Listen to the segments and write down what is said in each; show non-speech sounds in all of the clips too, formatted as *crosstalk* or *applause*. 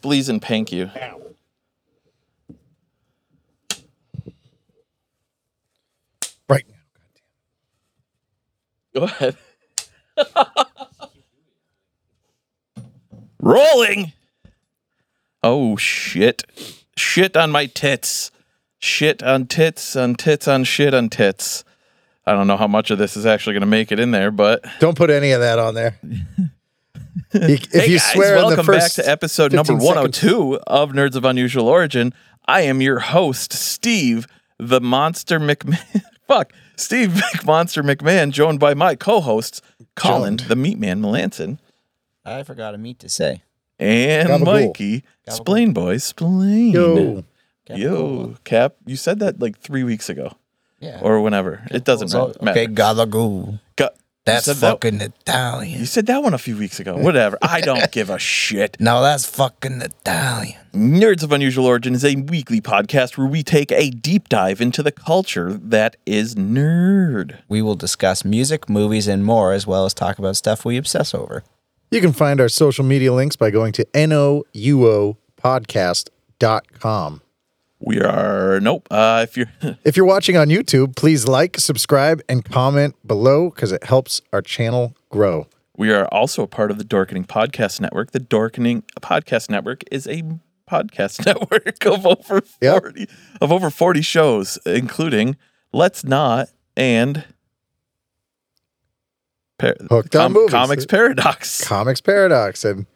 Please and pank you. Ow. Right now. Go ahead. *laughs* Rolling. Oh shit. Shit on my tits. Shit on tits on tits on shit on tits. I don't know how much of this is actually going to make it in there, but Don't put any of that *laughs* on there. You- if hey you guys, swear in the welcome back first to episode number 15 102 of Nerds of Unusual Origin. I am your host, Steve, the Monster McMahon. *laughs* Fuck, Steve *laughs* McMonster McMahon, joined by my co-hosts, Colin, the Meat Man Melanson, I forgot a meat to say. and Gabagool. Mikey, Splain Boy, Splain. Yo. Yo, Cap, you said that like three weeks ago Yeah. or whenever. It doesn't So- matter. okay, Galagoo. Go- That's said that- fucking you Italian. said that one a few weeks ago. Whatever. I *laughs* don't give a shit. No, that's fucking Italian. Nerds of Unusual Origin is a weekly podcast where we take a deep dive into the culture that is nerd. We will discuss music, movies, and more, as well as talk about stuff we obsess over. You can find our social media links by going to nouopodcast.com. We are nope. Uh, if you're *laughs* If you're watching on YouTube, please like, subscribe, and comment below because it helps our channel grow. we are also a part of the Dorkening Podcast Network. The Dorkening Podcast Network is a podcast *laughs* network of over Yep. forty of over forty shows, including Let's Not and Par- Hooked on Movies. Comics Paradox. Comics Paradox. And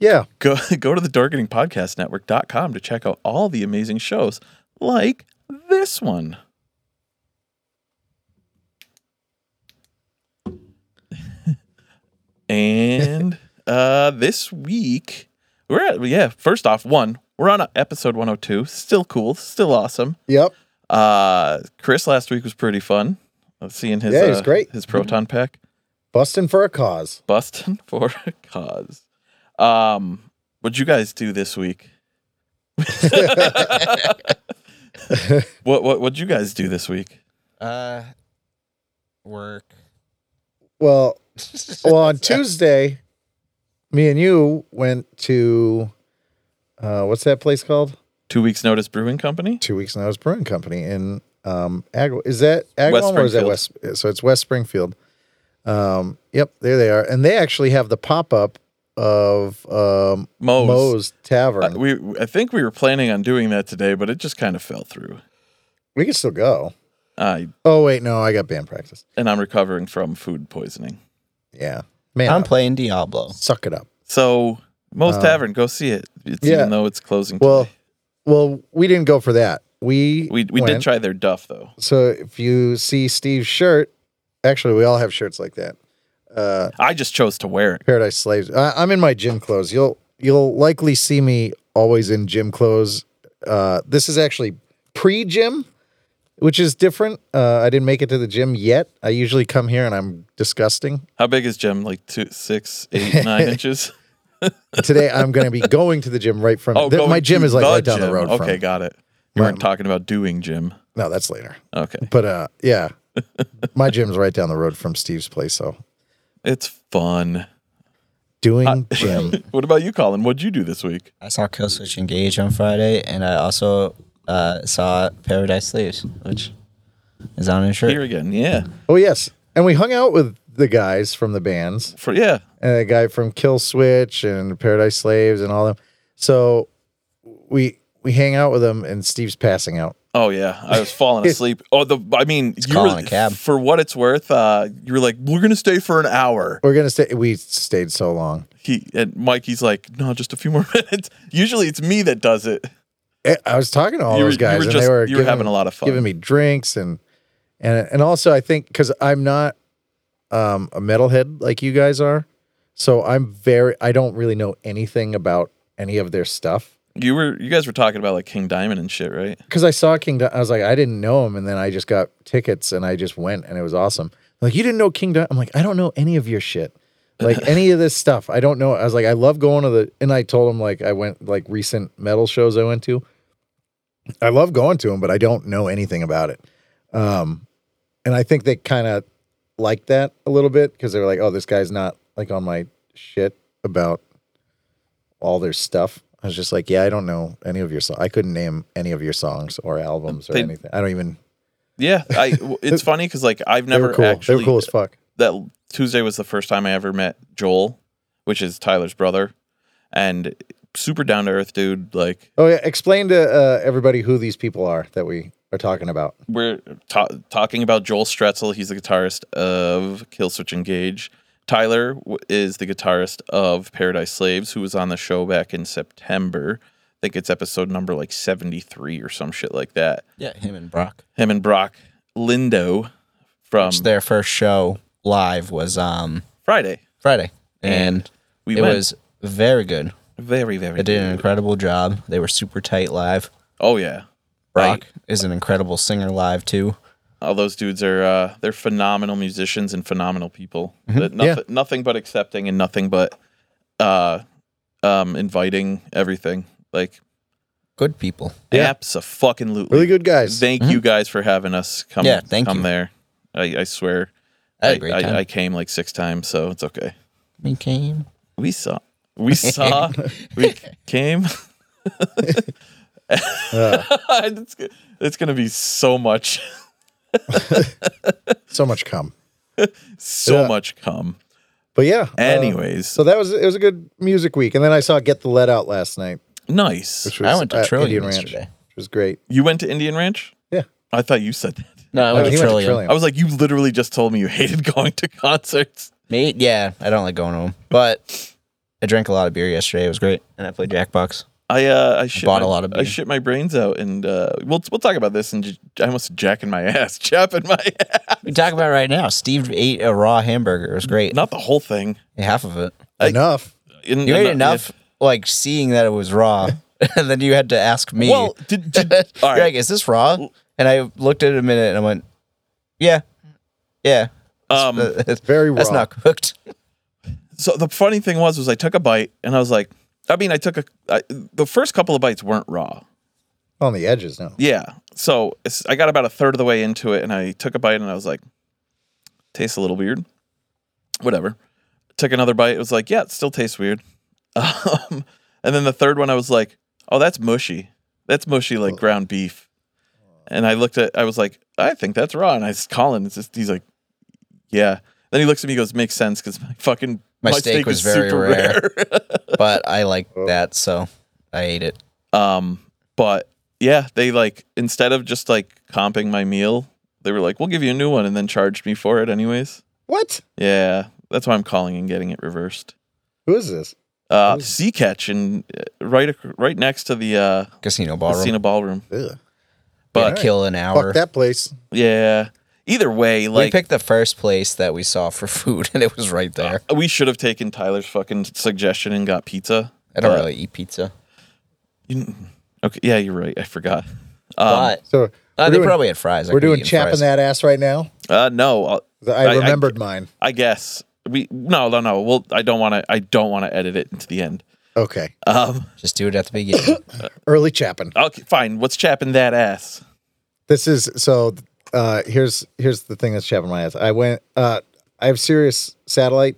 yeah, go *laughs* go to the darkening podcast network.com to check out all the amazing shows like this one *laughs* and uh this week we're at yeah first off one we're on uh, episode 102 still cool still awesome yep. uh chris last week was pretty fun Uh, seeing his Yeah, he was uh, great. his proton pack Busting for a cause. busting *laughs* for a cause. Um, what'd you guys do this *laughs* week? what what what'd you guys do this week? Uh, work. Well, well, on Tuesday, me and you went to uh, what's that place called? Two weeks notice brewing company. Two Weeks Now's Brewing Company in um, Agawam. Is that Agawam West or is that West? So it's West Springfield. Um, yep, there they are, and they actually have the pop up of um, Moe's. Moe's Tavern. Uh, we I think we were planning on doing that today, but it just kind of fell through. we can still go. I Oh wait, no, I got band practice. and I'm recovering from food poisoning. Yeah, man, *laughs* I'm playing Diablo. suck it up. So most Uh, tavern, go see it. It's, yeah. Even though it's closing. Well, today. well, we didn't go for that. We we we did went- try their duff though. So if you see Steve's shirt, actually, we all have shirts like that. Uh, I just chose to wear it. Paradise Slaves. I, I'm in my gym clothes. You'll you'll likely see me always in gym clothes. Uh, this is actually pre-gym, which is different. Uh, I didn't make it to the gym yet. I usually come here and I'm disgusting. How big is Jim? Like two, six, eight, *laughs* nine inches. Today I'm going *laughs* to be going to the gym right from th- Oh, going my gym to is like the right down the gym. road. Okay, from. got it. You weren't talking about doing gym. no, that's later. *laughs* Okay, But uh, *laughs* yeah, my gym's right down the road from Steve's place. So it's fun. doing Uh, gym. *laughs* What about you, Colin? What'd you do this week? I saw Killswitch Engage on Friday, and I also uh, saw Paradise Sleeves, which is on his shirt. Here again, yeah, Oh yes, and we hung out with the guys from the bands, for yeah. and the guy from Kill Switch and Paradise Slaves and all them. So we we hang out with them, and Steve's passing out. Oh yeah, I was *laughs* falling asleep. Oh, the I mean, you were, calling a cab. for what it's worth. Uh, you were like, we're gonna stay for an hour. We're gonna stay. We stayed so long. He and Mikey's like, no, just a few *laughs* more minutes. Usually, it's me that does it. I Eh, I was talking to all You were- those you guys, were and just- they were, you were giving, having a lot of fun. giving me drinks and and and also I think because I'm not um, a metalhead like you guys are, so I'm very I don't really know anything about any of their stuff. You were you guys were talking about like King Diamond and shit, right? because I saw King. Di- I was like, I didn't know him, and then I just got tickets and I just went, and it was awesome. Like you didn't know King. Di-? I'm like, I don't know any of your shit, like any of this stuff. I don't know. I was like, I love going to the, and I told him like I went like recent metal shows I went to. I love going to them, but I don't know anything about it. Um, and I think they kind of liked that a little bit because they were like, oh, this guy's not like on my shit about all their stuff. I was just like, yeah, I don't know any of your songs. I couldn't name any of your songs or albums or They- anything. I don't even. Yeah, I. *laughs* w- It's funny because like I've They never were cool. actually. they were cool as fuck. that Tuesday was the first time I ever met Joel, which is Tyler's brother, and super down to earth dude. Like Oh yeah, explain to uh, everybody who these people are that we are talking about. we're ta- talking about Joel Stretzel. He's the guitarist of Killswitch Engage. Tyler w- is the guitarist of Paradise Slaves, who was on the show back in September. I think it's episode number like 73 or some shit like that. Yeah, him and Brock. Him and Brock Lindo from Which their first show live was um Friday. Friday, and We it went was very good. very, very They did an good. incredible job. They were super tight live. Oh, yeah. Brock is an incredible singer live too. all those dudes are uh, they're phenomenal musicians and phenomenal people. Mm-hmm. That nothing, nothing but accepting and nothing but uh, um, inviting everything. Like Good people. Yeah. absolutely. Really good guys. Thank you guys for having us come. Mm-hmm. Yeah, thank come you. there. I, I swear, I had a great time. I, I came like six times, so it's okay. we came. We saw, we *laughs* saw, we came. *laughs* Uh. it's, go- it's gonna be so much, so much cum. so Yeah. much come. But yeah. uh, Anyways, so that was it. Was a good music week, and then I saw Get the Let Out last night, nice. which was I went to at Indian Trillium Ranch, yesterday. which was great. You went to Indian Ranch? Yeah. I thought you said that. No, I Oh, went, to, he Trillium. went to Trillium. I was like, you literally just told me you hated *laughs* going to concerts. Me? Yeah, I don't like going to them. But I drank a lot of beer yesterday. It was great. And I played Jackbox. I uh, I shit bought my, a lot of I beer. shit my brains out, and uh, we'll we'll talk about this. And j- I almost jacking my *laughs* ass, chapping my ass. We talk about it right now. Steve ate a raw hamburger. It was great. Not the whole thing. Half of it. Enough. In- You in ate the- enough, like seeing that it was raw. *laughs* and then you had to ask me. Well, did, *laughs* did You're *laughs* all right. like, is this raw? And I looked at it a minute and I went, yeah, yeah. um, Very *laughs* That's raw. not cooked. *laughs* so the funny thing was, was I took a bite, and I was like, I mean, I took a I, the first couple of bites weren't raw. On the edges now. Yeah. So it's, I got about a third of the way into it, and I took a bite, and I was like, tastes a little weird. Whatever. Took another bite. It was like, yeah, it still tastes weird. *laughs* Um, and then the third one, I was like, oh, that's mushy. That's mushy like ground beef. And I looked at, I was like, I think that's raw. And I was calling. It's just, he's like, yeah. Then he looks at me, and goes, makes sense because my fucking My steak was is very super rare. rare. But I like Oh. that. So I ate it. Um, but yeah, they like instead of just like comping my meal, they were like, "We'll give you a new one," and then charged me for it anyways. What? Yeah, that's why I'm calling and getting it reversed. Who is this? Uh, sea catch and uh, right ac- right next to the uh, Casino ballroom. casino ballroom. Ugh. But Alright. kill an hour. Fuck that place. Yeah. Either way, we like Oh. picked the first place that we saw for *laughs* food, and it was right there. we should have taken Tyler's fucking suggestion and got pizza. I don't but- really eat pizza, um, You- okay. Yeah, you're right. I forgot. Um, but So uh, we're they doing, probably had fries. I we're could've doing eaten chapping fries. that ass right now. uh, no, I'll- I- I I- remembered mine. I guess we no no no. Well, I don't want to. I don't want to edit it into the end. Okay. Uh, Um, Just do it at the beginning. *coughs* Early chapping. Okay, fine. What's chapping that ass? *laughs* This is so. Uh, here's here's the thing that's chapping my ass. I went. Uh, I have Sirius satellite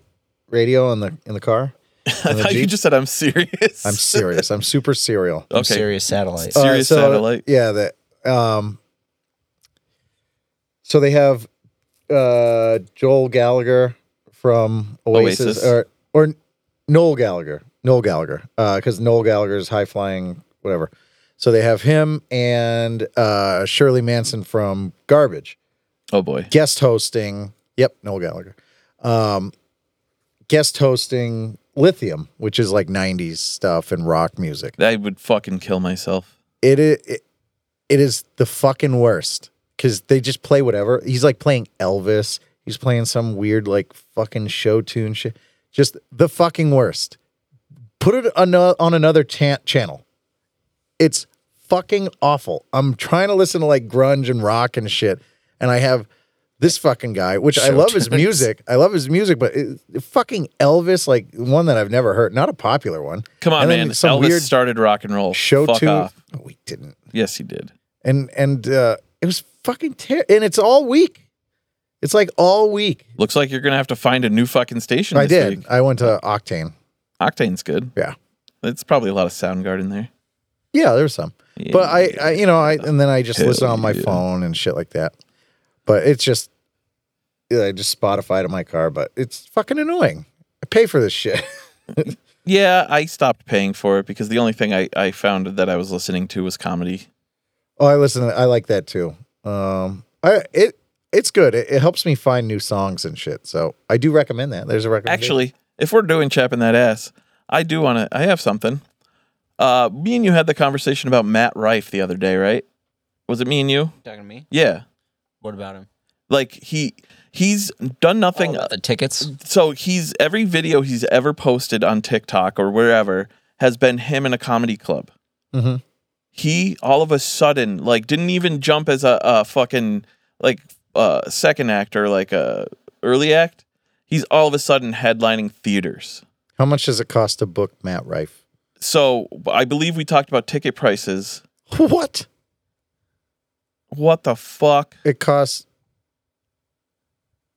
radio in the in the car. *laughs* I thought you Jeep? just said I'm serious. *laughs* I'm serious. I'm super serial. I'm Okay. Serious satellite. Uh, *laughs* Sirius satellite? Yeah. That. Um. So they have uh, Joel Gallagher from Oasis, Oasis. or or Noel Gallagher. Noel Gallagher, because Noel Gallagher is high flying, whatever. So they have him and uh, Shirley Manson from Garbage. Oh boy. guest hosting. Yep, Noel Gallagher. Um, guest hosting Lithium, which is like '90s stuff and rock music. I would fucking kill myself. It i- it, it is the fucking worst because they just play whatever. He's like playing Elvis. He's playing some weird like fucking show tune shit. Just the fucking worst. Put it on, a- on another cha- channel. It's fucking awful. I'm trying to listen to like grunge and rock and shit, and I have this fucking guy, which I Show love his tunes. music. I love his music, but it, fucking Elvis, like one that I've never heard, not a popular one. Come on, And then man. some Elvis weird started rock and roll. show Oh, Fuck tune. off. No, we didn't Yes, he did. and and uh, it was fucking terrible. And it's all week. It's like all week. Looks like you're gonna have to find a new fucking station. I this did. Week. I went to Octane. Octane's good. Yeah. It's probably a lot of Soundgarden there. Yeah, there's some. Yeah. But I, I, you know, I and then I just Hell listen on my yeah. phone and shit like that. But it's just, yeah, I just Spotify to my car, but it's fucking annoying. I pay for this shit. *laughs* yeah, I stopped paying for it because the only thing I, I found that I was listening to was comedy. oh, I listen. I like that too. Um, I it it's good. It, it helps me find new songs and shit. So I do recommend that. There's a recommendation. Actually, if we're doing chapping that ass, I do want to. I have something. Uh, me and you had the conversation about Matt Rife the other day, right? Was it me and you? Talking to me? Yeah. What about him? Like he he's done nothing. the tickets. so he's every video he's ever posted on TikTok or wherever has been him in a comedy club. Mhm. He all of a sudden like didn't even jump as a, a fucking like uh second act or like a early act. He's all of a sudden headlining theaters. how much does it cost to book Matt Rife? *laughs* So I believe we talked about ticket prices. What What the fuck? it costs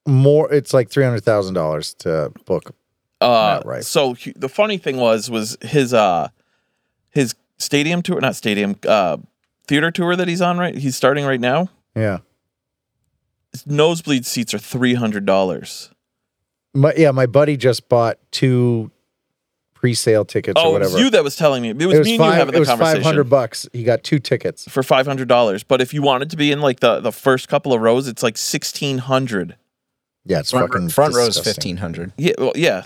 more? It's like three hundred thousand dollars to book. Uh, Matt Rife. So he, the funny thing was, was his uh, his stadium tour, not stadium, uh, theater tour that he's on right. He's starting right now. Yeah, His nosebleed seats are three hundred dollars. my yeah, my buddy just bought two pre-sale tickets Oh, or it whatever. was you that was telling me. It was, it was me and you five. having It the was five hundred conversation bucks. He got two tickets. for five hundred dollars. But if you wanted to be in like the the first couple of rows, it's like sixteen hundred. Yeah, it's Front, fucking front row's disgusting. fifteen hundred. Yeah, well, yeah.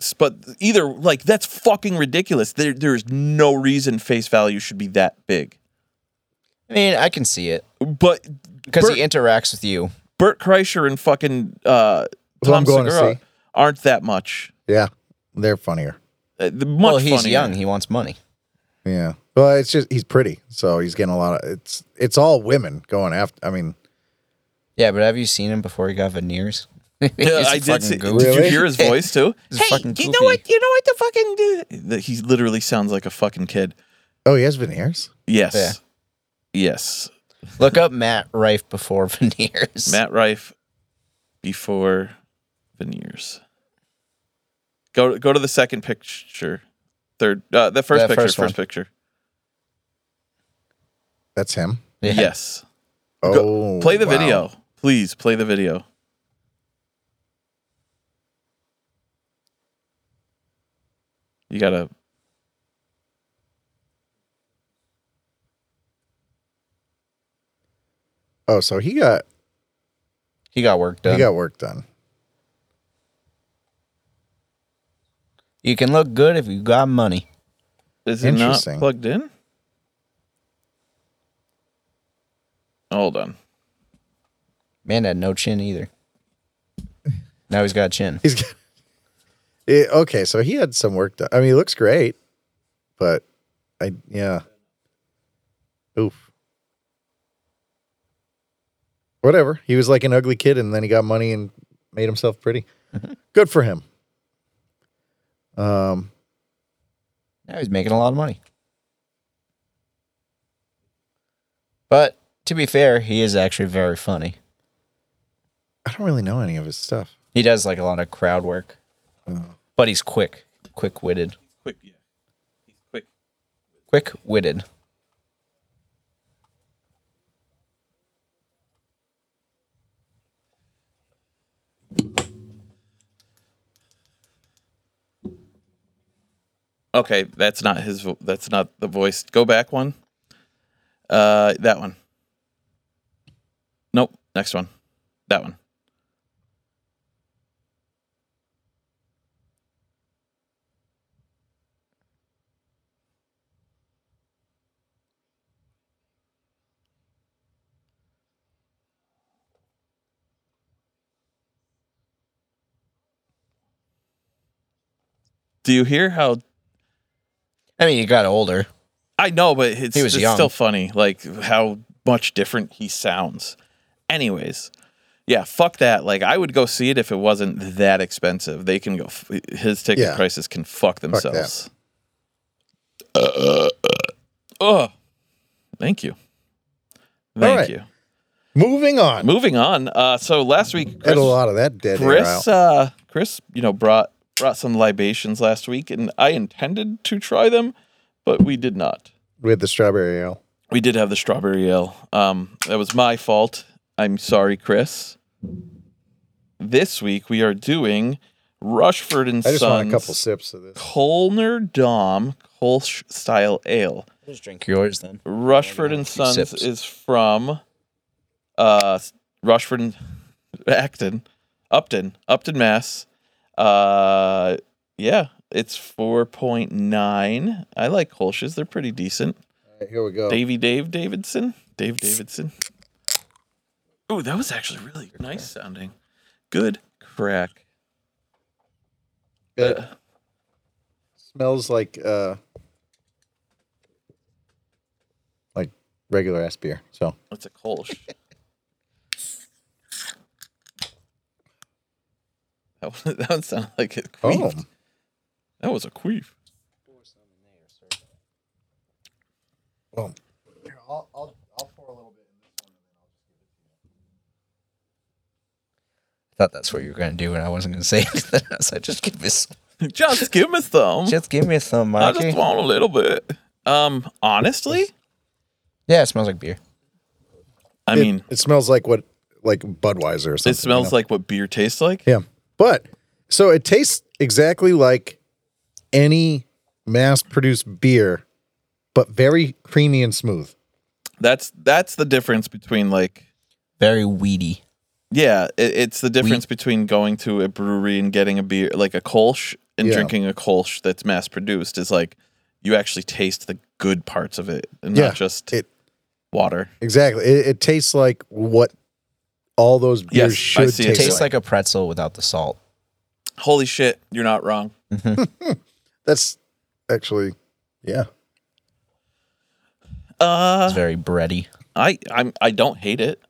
S- But either like that's fucking ridiculous. There, there is no reason face value should be that big. I mean, I can see it But because Bert, he interacts with you. Bert Kreischer and fucking uh, Who Tom I'm going to Segura see. aren't that much. Yeah, they're funnier. Uh, the- much Well, he's funnier. young. He wants money. Yeah, well, it's just he's pretty, so he's getting a lot of it's. It's all women going after. I mean, Yeah, but have you seen him before he got veneers? *laughs* he's Yeah, a I did. See, goof. Did you Really? hear *laughs* his voice too? He's hey, fucking you know goofy. what? You know what the fucking do? The- He literally sounds like a fucking kid. oh, he has veneers. Yes. Yeah. Yes. Look up Matt Rife before *laughs* veneers. Matt Rife before veneers. Go go to the second picture, third uh, the first The picture, first first, one. picture. That's him. Yeah. Yes, Oh, Go- play the wow. video, please. Play the video. You gotta. Oh, so he got He got work done. he got work done. you can look good if you got money. Is it not Interesting. plugged in? Hold on. Man had no chin either. Now he's got a chin. He's got, *laughs* Eh, okay. So he had some work done. I mean, he looks great, but I yeah. Oof. Whatever. He was like an ugly kid, and then he got money and made himself pretty. *laughs* Good for him. Um. Now he's making a lot of money. But to be fair, he is actually very funny. I don't really know any of his stuff. He does like a lot of crowd work, Oh. but he's quick, quick witted, Quick, yeah. He's quick. quick witted. Okay, that's not his. Vo- that's not the voice. Go back one. Uh, that one. Nope. Next one. That one. Do you hear how I mean, he got older. I know, but it's, He was it's young. still funny, like how much different he sounds. Anyways, yeah, fuck that. Like I would go see it if it wasn't that expensive. They can go. F- his ticket Yeah. prices can fuck that. themselves. Uh, oh, thank you, thank right. you. Moving on. Moving on. Uh, so last week, Had a Chris, lot of that dead air out. Chris, uh, Chris, you know, brought brought some libations last week, and I intended to try them, but we did not. with the strawberry ale. We did have the strawberry ale. Um, that was my fault. I'm sorry, Chris. This week we are doing Rushford and I just want a Sons couple sips of this. Colner Dom Kolsch style ale. Just drink yours then. Rushford and few Sons sips. is from uh Rushford and Acton, Upton, Upton, Mass. Uh yeah, it's 4.9. I like Kolsch's, they're pretty decent. All right, here we go. Davy Dave Davidson, Dave Davidson. Oh, that was actually really nice sounding. Good crack. Good. Smells like uh like regular ass beer. So That's a *laughs* Kolsch. that one, that one sounded like it oh, queefed. That was a queef. *laughs* well. Here, I'll, I'll, I'll pour a little bit. I thought that's what you were gonna do, and I wasn't gonna say *laughs* anything. I was like, just give me some. Just give me some. Just give me some, I just Marky. want a little bit. Um, honestly, Yeah, it smells like beer. I It- mean, it, smells like what like Budweiser or something. it smells like what beer tastes like. yeah, but so it tastes exactly like any mass-produced beer, but very creamy and smooth. That's that's the difference between like Very weedy. Yeah, it, it's the difference between going to a brewery and getting a beer, like a Kolsch, and Yeah. drinking a Kolsch that's mass produced is like you actually taste the good parts of it and Yeah, not just it- water. Exactly. It, it tastes like what all those Yes, beers I should see it. taste Tastes like. like a pretzel without the salt. Mm-hmm. Holy shit, you're not wrong. That's actually, yeah. Uh, It's very bready. I I'm I don't hate it.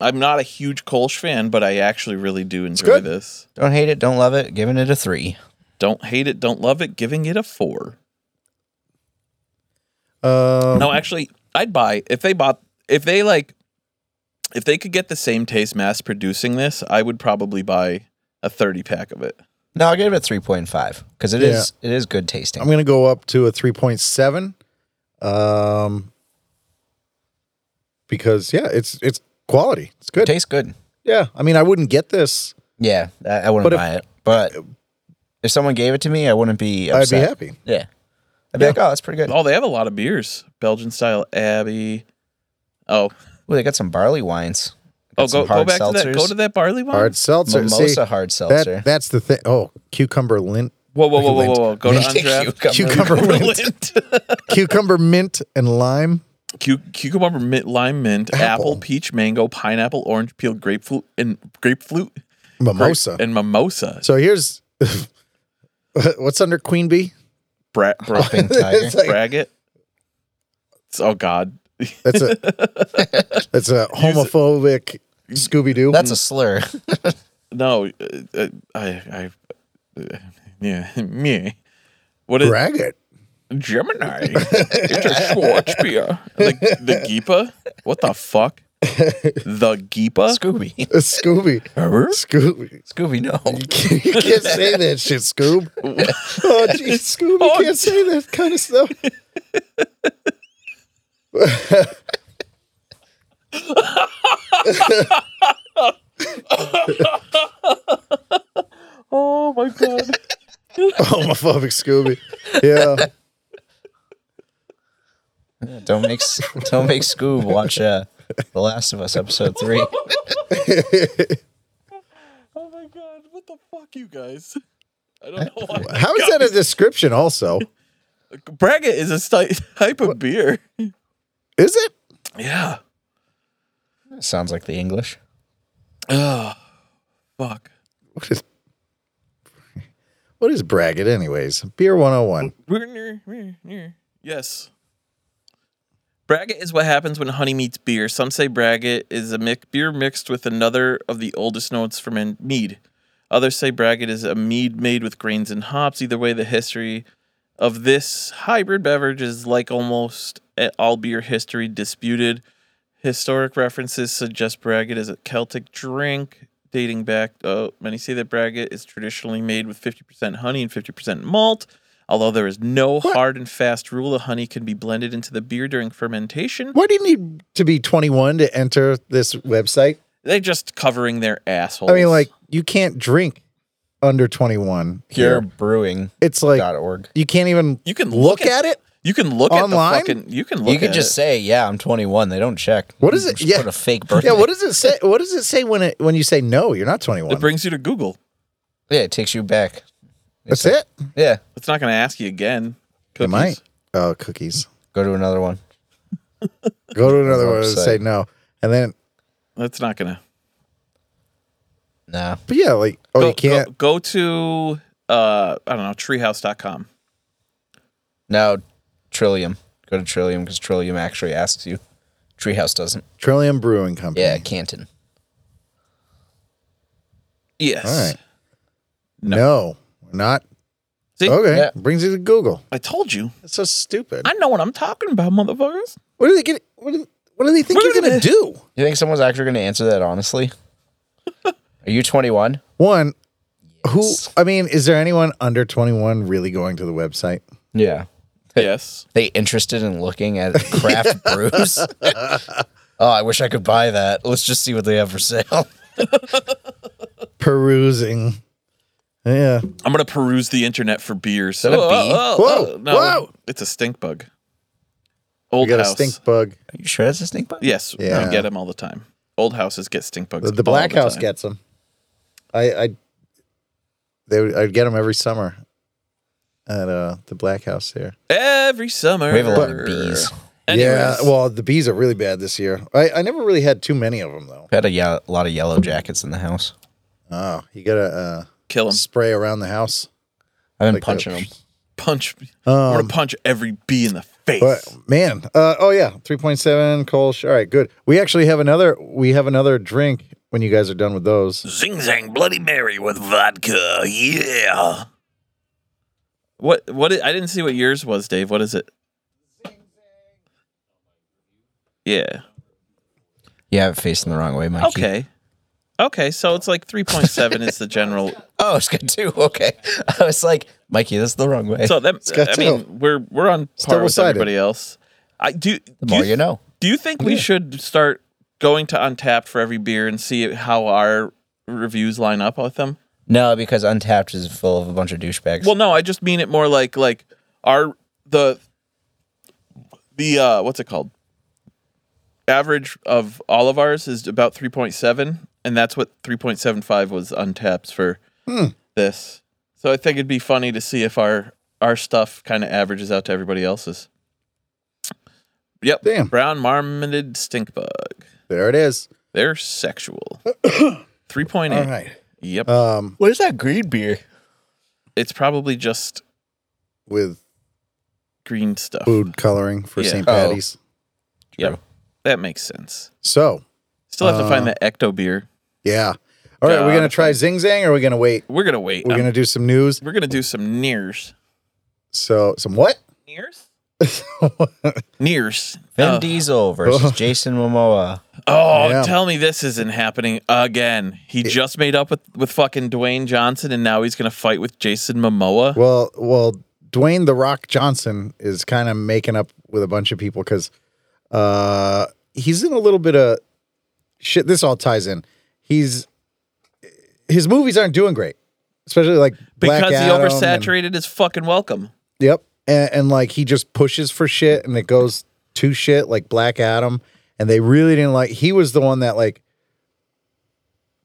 I'm not a huge Kolsch fan, but I actually really do enjoy good. this. Don't hate it. Don't love it. Giving it a three. Don't hate it, don't love it. Giving it a four. Um, No, actually, I'd buy if they bought if they like if they could get the same taste mass producing this, I would probably buy a 30 pack of it. No, I'll give it a three point five because it Yeah. is it is good tasting. I'm going to go up to a 3.7. Um, because yeah, it's it's quality. It's it good. tastes good. Yeah, I mean, I wouldn't get this. Yeah, I, I wouldn't But if- buy it. But if someone gave it to me, I wouldn't be I'd be upset. happy. Yeah, I'd be like, oh, that's pretty good. Oh, they have a lot of beers. Belgian style Abbey. Oh, Ooh, they got some barley wines. Got oh, some go, go hard back to that. Go to that barley wine. Hard seltzer. Mimosa See, hard seltzer. that, that's the thing. Oh, cucumber lint, Whoa, whoa, whoa, whoa, whoa, Lint. whoa! Go to undraft. Cucumber Cucumber Cucumber. lint. mint, cucumber *laughs* mint and lime. Cu- cucumber mint, lime mint, apple. Apple. peach, mango, pineapple, orange peel, grapefruit, and grapefruit, grape- Mimosa. and mimosa. so here's *laughs* what's under Queen Bee? Bra- bra- Pink tiger. It's like- braggot. It's- Oh God, That's *laughs* a that's a homophobic Scooby Doo. That's a slur. *laughs* No, uh, uh, I, I, uh, yeah, *laughs* me. What is braggart. Gemini? it's a Schwarzbier. The, the Geepa? What the fuck? The Geepa? Scooby. *laughs* Scooby. Scooby. Scooby, no. You can't say that shit, Scoob. Oh, geez, Scoob, you Oh, can't say that kind of stuff. Oh my god. Homophobic Scooby. Yeah. Don't make s- don't make Scoob watch uh, the Last of Us episode three. Oh my god. What the fuck, you guys? I don't know *laughs* why. How is that a description, also? Braggot is a sty- type of beer. Is it? Yeah. Sounds like the English. Oh, fuck. What is, what is braggart, anyways? Beer 101. We're near, we're near. Yes. Braggot is what happens when honey meets beer. Some say braggot is a mic- beer mixed with another of the oldest notes from in- mead. Others say braggot is a mead made with grains and hops. Either way, the history of this hybrid beverage is like almost a- all beer history disputed. Historic references suggest braggot is a Celtic drink dating back. Oh, many say that braggot is traditionally made with 50% honey and 50% malt. Although there is no hard and fast rule, the honey can be blended into the beer during fermentation. Why do you need to be 21 to enter this website? They're just covering their assholes. I mean, like, you can't drink under 21 here. Purebrewing.org. It's like you can't even you can look at it. You can look Online? at the fucking. You can look. You could at just it. say, "Yeah, I'm 21." They don't check. What is You it? just Yeah. Put a fake birthday. Yeah, what does it say? What does it say when it when you say no, you're not 21? It brings you to Google. Yeah, it takes you back. That's it. Yeah, It's not going to ask you again. It Cookies. might. Oh, cookies. go to another one. Go to another one and Website. say no. And then That's not going to. Nah. but yeah, like oh go, you can't Go, go to uh I don't know treehouse.com. No, Trillium. Go to Trillium because Trillium actually asks you. Treehouse doesn't. Trillium Brewing Company. Yeah, Canton. Yes. All right. No. No. we're not. See? Okay. Yeah. Brings you to Google. I told you. That's so stupid. I know what I'm talking about, motherfuckers. what do they get what do, what do they think What you're are going to they- do? You think someone's actually going to answer that honestly? Are you 21? One who I mean, is there anyone under 21 really going to the website? Yeah. Yes. They interested in looking *laughs* at craft brews? oh, I wish I could buy that. Let's just see what they have for sale. Perusing. Yeah. I'm gonna peruse the internet for beers. that a bee? Whoa, no, whoa. It's a stink bug. We Old got a house. stink bug. Are you sure that's a stink bug? Yes, Yeah. we get them all the time. Old houses get stink bugs. The, the all Black House time. gets them. I, I, they, would- I'd get them every summer at uh the Black House here. every summer. We have a lot of bees. Anyways, Yeah, well, the bees are really bad this year. I, I never really had too many of them though. We had a ye- lot of yellow jackets in the house. Oh, you gotta kill uh, them. spray around the house. I've been Like punching that. them. Punch. I'm Um, gonna punch every bee in the face. but man, uh, oh yeah, three point seven Kolsch. All right, good. We actually have another. We have another drink when you guys are done with those. Zing Zang Bloody Mary with vodka. Yeah. What? What? i- I didn't see what yours was, Dave. What is it? Yeah. Yeah, I have it facing the wrong way, Mikey. Okay. Okay. So it's like three point seven is the *laughs* general. Oh, it's got two. *laughs* Okay. I was like, Mikey, that's the wrong way. So that got I mean, we're we're on par with double-sided. everybody else. I do. the do more you th- know. Do you think we should start going to Untapped for every beer and see how our reviews line up with them? No, because Untapped is full of a bunch of douchebags. Well, no, I just mean it more like like our the the uh what's it called? Average of all of ours is about 3.7 and that's what 3.75 was untaps for Hmm. this. So I think it'd be funny to see if our our stuff kind of averages out to everybody else's. Yep. Damn. Brown marmoted stink bug. There it is. They're *coughs* sexual. 3.8. All right. Yep. Um, what is that green beer? it's probably just with green stuff. food coloring for Yeah. St. Oh. Patty's. Yep. That makes sense. So Still have to find Uh, the ecto beer. yeah. All right, we're God. gonna try Zing Zang, or we're gonna wait. We're gonna wait. We're I'm- gonna do some news. we're gonna do some nears. So some what? *laughs* Nears? Nears. Vin Uh, *laughs* Diesel versus Jason Momoa. oh, Yeah. tell me this isn't happening again. He just made up with, with fucking Dwayne Johnson and now he's gonna fight with Jason Momoa. Well, well, Dwayne the Rock Johnson is kind of making up with a bunch of people because uh, he's in a little bit of shit. This all ties in. He's his movies aren't doing great, especially like Black because he Adam and- oversaturated his fucking welcome. yep, and, and like he just pushes for shit, and it goes to shit like Black Adam, and they really didn't like. He was the one that like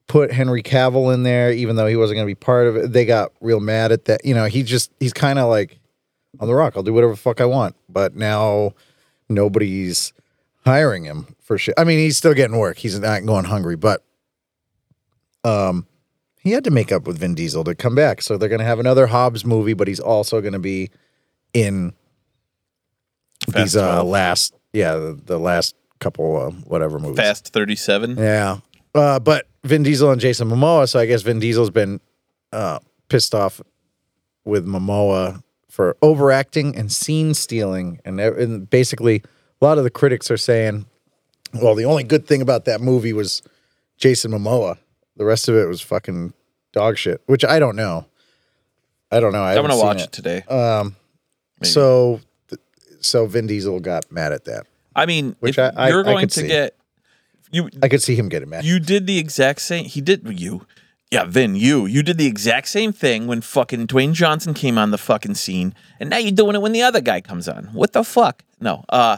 put Henry Cavill in there, even though he wasn't going to be part of it. They got real mad at that. You know, he just he's kind of like on the rock. I'll do whatever the fuck I want. But now nobody's hiring him for shit. I mean, he's still getting work. He's not going hungry, but um, he had to make up with Vin Diesel to come back. So they're going to have another Hobbs movie, but he's also going to be in Fast these uh, 12. last yeah the, the last couple uh, whatever movies. Fast thirty seven. Yeah. Uh, but Vin Diesel and Jason Momoa. So I guess Vin Diesel's been uh, pissed off with Momoa for overacting and scene stealing. And, e- and basically, a lot of the critics are saying, well, the only good thing about that movie was Jason Momoa. The rest of it was fucking dog shit, which I don't know. I don't know. I I'm haven't gonna seen watch it today. Um, Maybe. so, th- so Vin Diesel got mad at that. I mean, which if I- I- you're I going could to see. get you. I could see him getting mad. You did the exact same. He did you. Yeah, Vin, you. You did the exact same thing when fucking Dwayne Johnson came on the fucking scene, and now you're doing it when the other guy comes on. What the fuck? No. Uh,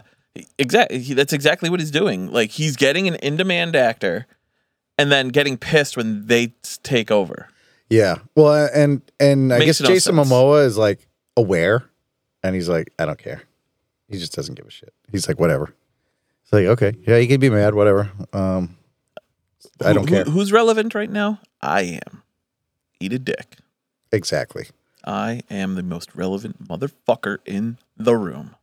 exactly. That's exactly what he's doing. Like he's getting an in-demand actor, and then getting pissed when they s- take over. yeah. Well, uh, and and I Makes guess no Jason sense. Momoa is like aware, and he's like, I don't care. He just doesn't give a shit. He's like, whatever. It's like, okay, yeah, he can be mad, whatever. Um, I Who- don't who- care who's relevant right now? I am. Eat a dick. exactly. I am the most relevant motherfucker in the room.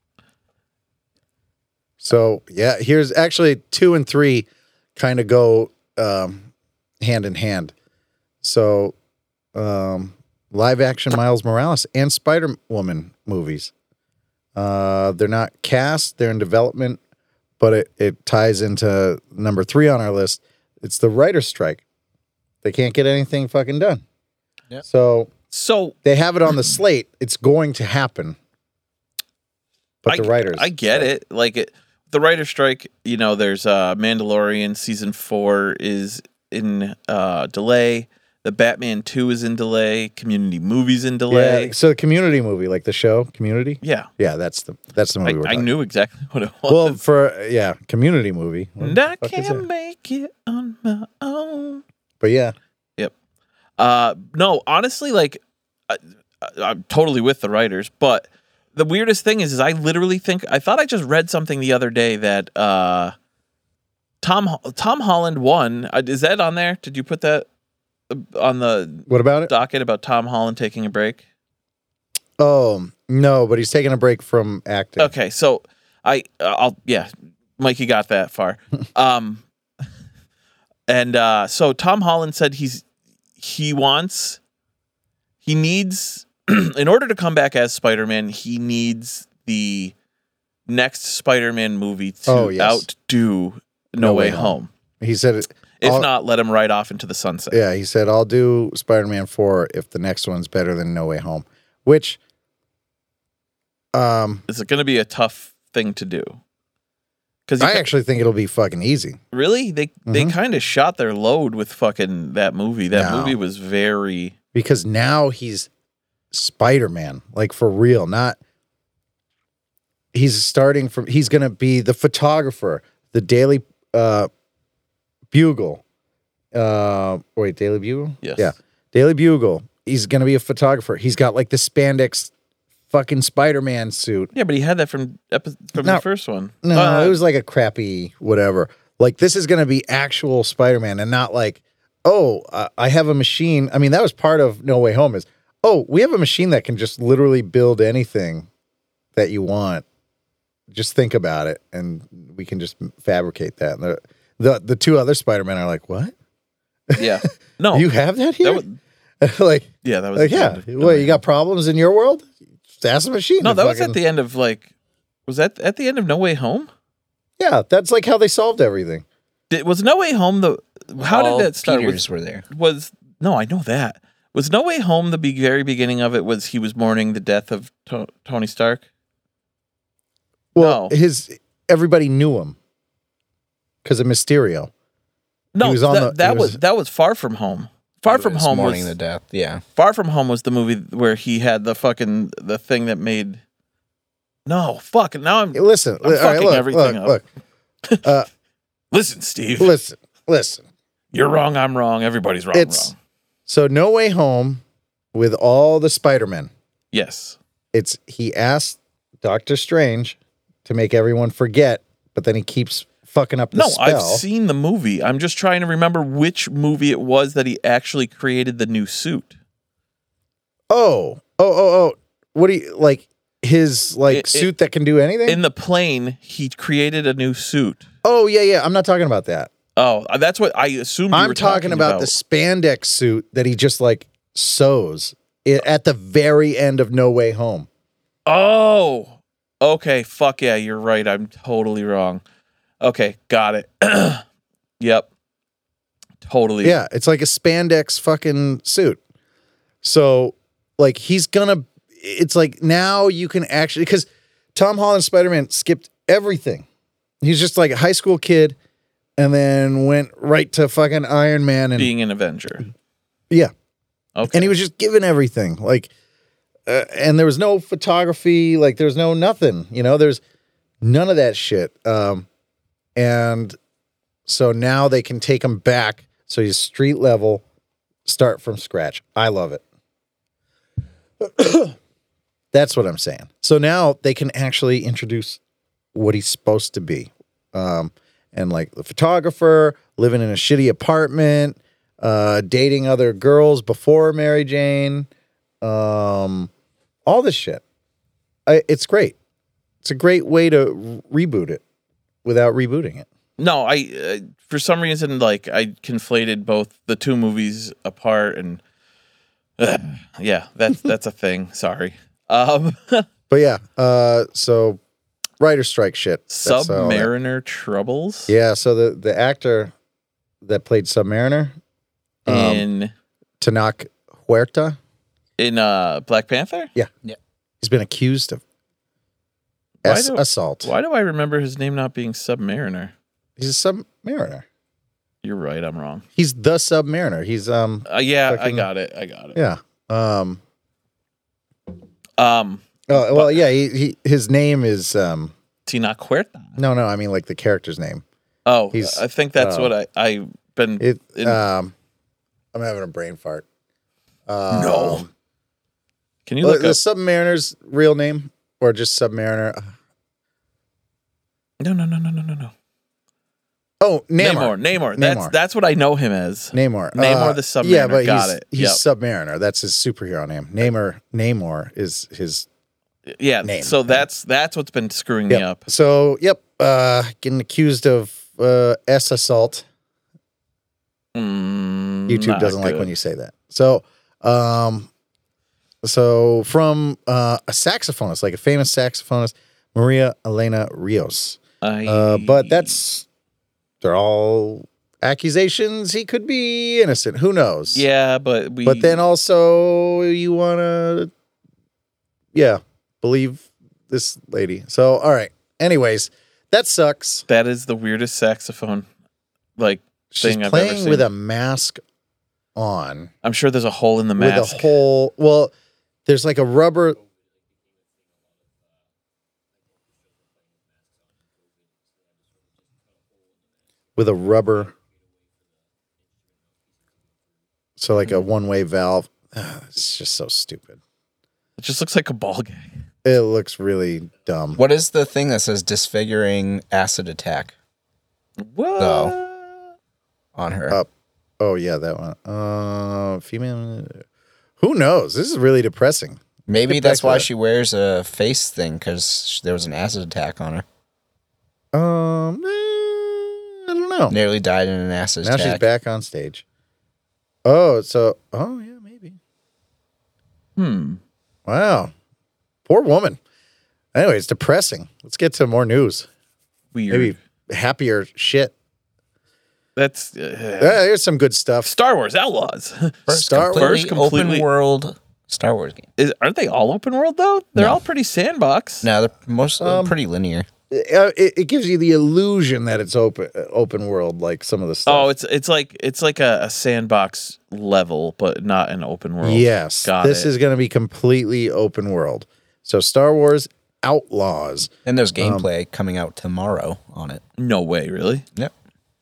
So yeah, here's actually two and three kind of go um, hand in hand. So um, live action Miles Morales and Spider Woman movies. Uh, they're not cast; they're in development, but it, it ties into number three on our list. It's the writer's strike. They can't get anything fucking done. Yeah. So So they have it on the slate. It's going to happen. But I- the writers, I get it. Like it, the writer's strike, you know, there's uh Mandalorian season 4 is in uh delay. The Batman 2 is in delay. Community movies in delay. Yeah, so the community movie, like the show Community. Yeah. Yeah, that's the that's the movie Oh, we're I, I talking. knew exactly *laughs* what it was. Well, for yeah, community movie. What and the I fuck is can't that? make it on my own. But yeah, Uh, no, honestly, like I, I, I'm totally with the writers, but the weirdest thing is, is I literally think I thought I just read something the other day that uh, Tom Ho- Tom Holland won. Uh, Is that on there? Did you put that uh, on the what about it? docket about Tom Holland taking a break? Oh no, but he's taking a break from acting. Okay, so I uh, I'll yeah, Mikey got that *laughs* far. um and uh so Tom Holland said he's he wants he needs *clears throat* in order to come back as Spider-Man, he needs the next Spider-Man movie to Oh, yes. outdo No, Way, Home. He said, it- If I'll- not, let him ride off into the sunset. "Yeah, he said I'll do Spider-Man four if the next one's better than No Way Home," which, um, It's going to be a tough thing to do. Cuz I actually think it'll be fucking easy. really they they Mhm. kind of shot their load with fucking that movie. That No. movie was very because now he's Spider-Man, like for real, not he's starting from he's going to be the photographer, the Daily uh Bugle. Uh wait, Daily Bugle? yes. Yeah. Daily Bugle. He's going to be a photographer. He's got like the spandex fucking Spider-Man suit. Yeah, but he had that from epi- from the No. first one. No, Uh, it was like a crappy whatever. Like this is going to be actual Spider-Man and not like, oh, I- I have a machine. I mean, that was part of No Way Home is, oh, we have a machine that can just literally build anything that you want. Just think about it, and we can just fabricate that. And the the, the two other Spider-Men are like, what? *laughs* yeah. No. You have that that here? was, *laughs* like, yeah, that was like at the yeah. end of- Well, you got problems in your world? Just ask the machine. No, to that was fucking- at the end of like was that at the end of No Way Home? yeah. That's like how they solved everything. Did, was No Way Home the how All did that start? Was, Peters were there. was no, I know that. Was No Way Home the be- very beginning of it was he was mourning the death of to- Tony Stark? Well, No. his everybody knew him because of Mysterio. No, He was on that, the- that he was, was- that was Far From Home. Far From It was Home mourning was the death. Yeah. Far From Home was the movie where he had the fucking the thing that made No, fuck. Now I'm Hey, Listen, I'm li- all right, fucking look, everything look, *laughs* look. Uh, Listen, Steve. listen, listen. You're wrong, I'm wrong, everybody's wrong, It's- wrong. So, No Way Home with all the Spider Men. Yes. It's he asked Doctor Strange to make everyone forget, but then he keeps fucking up the No, spell. I've seen the movie. I'm just trying to remember which movie it was that he actually created the new suit. oh, oh, oh, oh. What do you like? His like It- it- suit that can do anything. In the plane, he created a new suit. oh yeah, yeah. I'm not talking about that. Oh, that's what I assumed. you I'm were talking, about, the spandex suit that he just like sews i- at the very end of No Way Home. Oh, okay. Fuck yeah, you're right. *clears throat* I'm totally wrong. Okay, got it. yep. Totally. Yeah, it's like a spandex fucking suit. So, like, he's gonna. It's like now you can actually because Tom Holland Spider Man skipped everything. He's just like a high school kid, and then went right to fucking Iron Man and Being an Avenger. yeah, Okay. and he was just given everything like uh, and there was no photography like there's no nothing you know there's none of that shit um and so now they can take him back so he's street level start from scratch i love it *coughs* that's what i'm saying so now they can actually introduce what he's supposed to be um and like the photographer living in a shitty apartment uh, dating other girls before Mary Jane, um, all this shit. I, it's great. It's a great way to re- reboot it without rebooting it. No, I uh, for some reason like I conflated both the two movies apart and Ugh. yeah, *laughs* that's that's a thing. Sorry. Um But yeah, uh, so writer strike shit. That's all that- Submariner Troubles Yeah, so the the actor that played Submariner, um, in Tanakh Huerta, in uh Black Panther? he's been accused of Why ass- do- assault. Why do I remember his name not being Submariner? He's a Submariner. You're right, I'm wrong. He's the Submariner. He's um Uh, yeah, Fucking- I got it. I got it. yeah um Um Oh well, yeah. He, he his name is um Tina Cuerta. no no. I mean like the character's name. Oh, He's- I think that's uh, what I I've been It In- um I'm having a brain fart. Um, No. Can you well, look the up? Submariner's real name or just Submariner? No, no, no, no, no, no, no. Oh Namor, Namor. Namor. That's Namor. that's what I know him as. Namor. Namor Uh, the Submariner. Yeah, but Got he's it. he's Yep. Submariner. That's his superhero name. Namor. Namor is his yeah name. so that's that's what's been screwing yep. me up So yep, uh, getting accused of uh, s assault. Mm, YouTube not doesn't like good. when you say that. So, um, so from uh, a saxophonist, like a famous saxophonist, Maria Elena Rios. I, Uh, but that's they're all accusations. He could be innocent. Who knows? yeah but we But then also you want to, yeah, believe this lady. So all right. Anyways, that sucks. that is the weirdest saxophone like She's Thing I've ever playing seen. with a mask on. i'm sure there's a hole in the with mask a whole well there's like a rubber with a rubber so like a one-way valve Ugh, it's just so stupid it just looks like a ball game it looks really dumb What is the thing that says disfiguring acid attack what on her? Uh, oh yeah that one uh female who knows this is really depressing Maybe get back that's to why that. she wears a face thing because there was an acid attack on her. um eh, i don't know Nearly died in an acid Now attack. she's back on stage. Oh, so oh yeah, maybe. hmm Wow. Poor woman. Anyway, it's depressing. Let's get to more news. weird Maybe happier shit. that's uh, Yeah, here's some good stuff. star wars outlaws *laughs* First, Star completely First completely- open world Star Wars game. is, aren't they all open world though they're No. all pretty sandbox No, they're most of them Um, pretty linear. Uh, It, it gives you the illusion that it's open uh, open world, like some of the Oh, stuff. it's it's like it's like a, a sandbox level, but not an open world. yes, Got this it. is going to be completely open world. So Star Wars Outlaws. And there's gameplay coming out tomorrow on it. no way, really. Yep.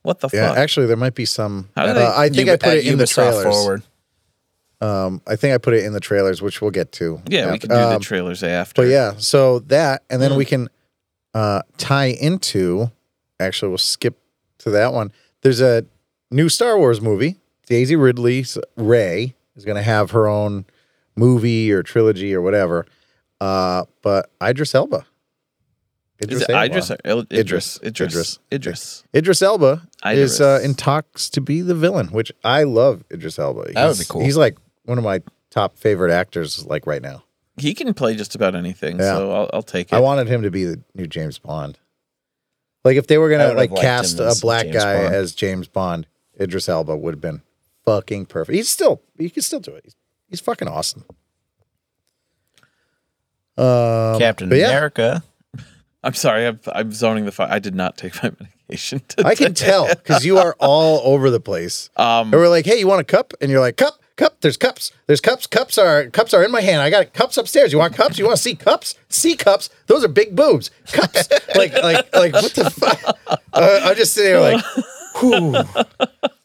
What the Yeah, fuck? actually, there might be some. How do uh, they- I think Ub- I put at it in the Ubisoft trailers. Forward. Um, I think I put it in the trailers, which we'll get to. Yeah, we af- can do the um, trailers after. But yeah, so that, and then we Mm-hmm. can uh, tie into. Actually, we'll skip to that one. There's a new Star Wars movie. Daisy Ridley's Ray is going to have her own movie or trilogy or whatever. Uh, but Idris Elba. Is it Elba. Idris, or El- Idris, Idris. Idris, Idris, Idris. Idris. Idris Elba Idris. is uh, in talks to be the villain, which I love. Idris Elba. That would be He's- cool. He's like one of my top favorite actors, like right now. He can play just about anything, Yeah. so I'll, I'll take it. I wanted him to be the new James Bond. Like if they were I gonna would have like liked him cast a as black James guy Bond. as James Bond, Idris Elba would have been fucking perfect. He's still he can still do it. He's, he's fucking awesome. Um, Captain but yeah. America. I'm sorry. I'm, I'm zoning the fight. I did not take my *laughs* medication. *laughs* Today. I can tell because you are all over the place. Um, And we're like, hey, you want a cup? And you're like, cup, cup. There's cups. There's cups. Cups are cups are in my hand. I got cups upstairs. You want cups? You want to see cups? See cups? Those are big boobs. *laughs* Cups. like like like what the fuck? Uh, I'm just sitting here like, whew. Then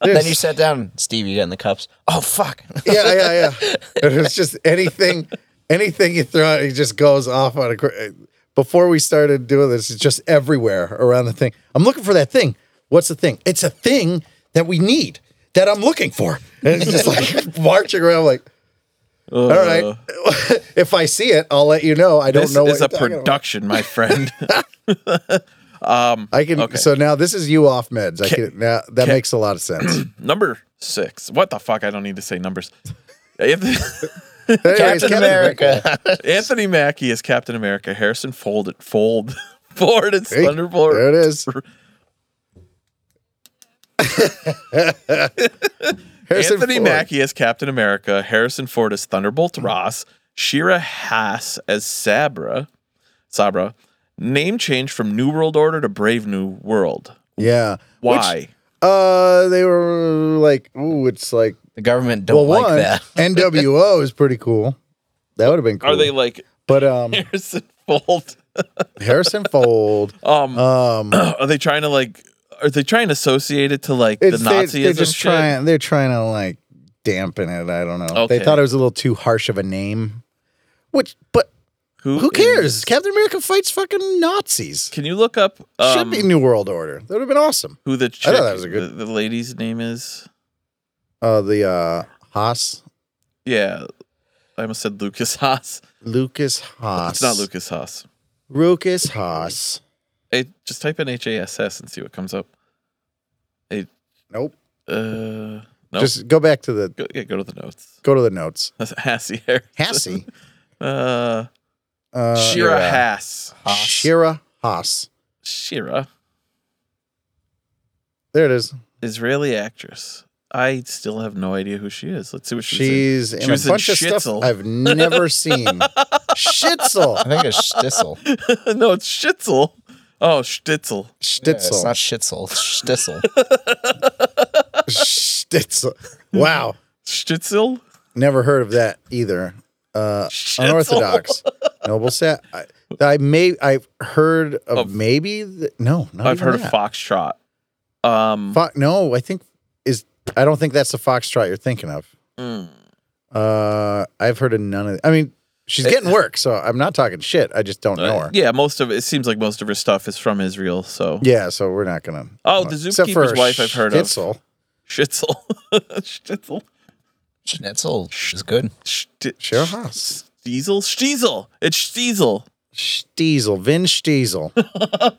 There's- you sat down, Steve. You got in the cups. Oh fuck! *laughs* yeah yeah yeah. It was just anything anything you throw out, it just goes off on a. cra- Before we started doing this, it's just everywhere around the thing. I'm looking for that thing. What's the thing? It's a thing that we need that I'm looking for. And it's just like *laughs* marching around like. All All right. *laughs* if I see it, I'll let you know. I don't Uh-huh. This know what is you're a talking about. production, my *laughs* friend. *laughs* I can. So now this is you off meds. I Okay. can. Now that makes a lot of *clears throat* sense. number six. What the fuck? I don't need to say numbers. *laughs* Anthony, Anyways, Captain America. Anthony Mackie is Captain America. Harrison Fold it Fold Ford *laughs* is Hey, Thunderbolt. There *laughs* it is. Harrison Anthony Ford. Mm-hmm. Mackie as Captain America, Harrison Ford as Thunderbolt Ross, Shira Haas as Sabra, Sabra. Name change from New World Order to Brave New World. Yeah. Which, Why? uh, they were like, ooh, it's like the government well, don't like *laughs* one that. NWO is pretty cool. That would have been cool. Are they like But *laughs* um, Harrison Fold? Harrison Fold. Um, *laughs* Um, are they trying to like? Are they trying to associate it to like the it's, they, Nazism? they're just shit? trying. They're trying to like dampen it. I don't know. Okay. They thought it was a little too harsh of a name. Which, but Who is- cares? Captain America fights fucking Nazis. Can you look up um, Should be New World Order. That would have been awesome. who the thought chick- that was a good- the, the lady's name is? Uh, the uh, Haas, Yeah, I almost said Lucas Haas. Lucas Haas. It's not Lucas Haas. Lucas Haas. Hey, just type in H A S S and see what comes up. Nope. Uh, no. Just go back to the go, yeah, go to the notes. *laughs* go to the notes. That's Hassie Harris. *laughs* Hassie. Uh, Uh, Shira Shira. Hass. Haas. Shira Haas. Shira, There it is. Israeli actress. I still have no idea who she is. Let's see what she's in. She's She in was a in bunch of Schitzel. stuff I've *laughs* never seen. I Schitzel. think it's Stissel. *laughs* Yeah, no, it's Schitzel. Oh, Stitzel. Stitzel. it's not Schitzel. *laughs* It's Stissel. Stitzel. Wow. Stitzel? Never heard of that either. Uh, Shitzel. unorthodox noble set. I, I may I've heard of Of- maybe th- no. *laughs* Not I've even heard of that. Foxtrot. Um, Fo- no, I think is I don't think that's the foxtrot you're thinking of. mm. Uh, I've heard of none of. I mean, she's getting work, so I'm not talking shit. I just don't know Eh, Uh, her. yeah, most of it seems like most of her stuff is from Israel. So Yeah, so we're not gonna. uh, Oh, the Except for zookeeper's wife I've heard of. Stitzel. Schitzel, *laughs* Stitzel, Schnitzel is good. Sti- Share Haas. Stiesel, Stiesel. It's Stiesel. Stiesel, Vin *laughs* Stiesel.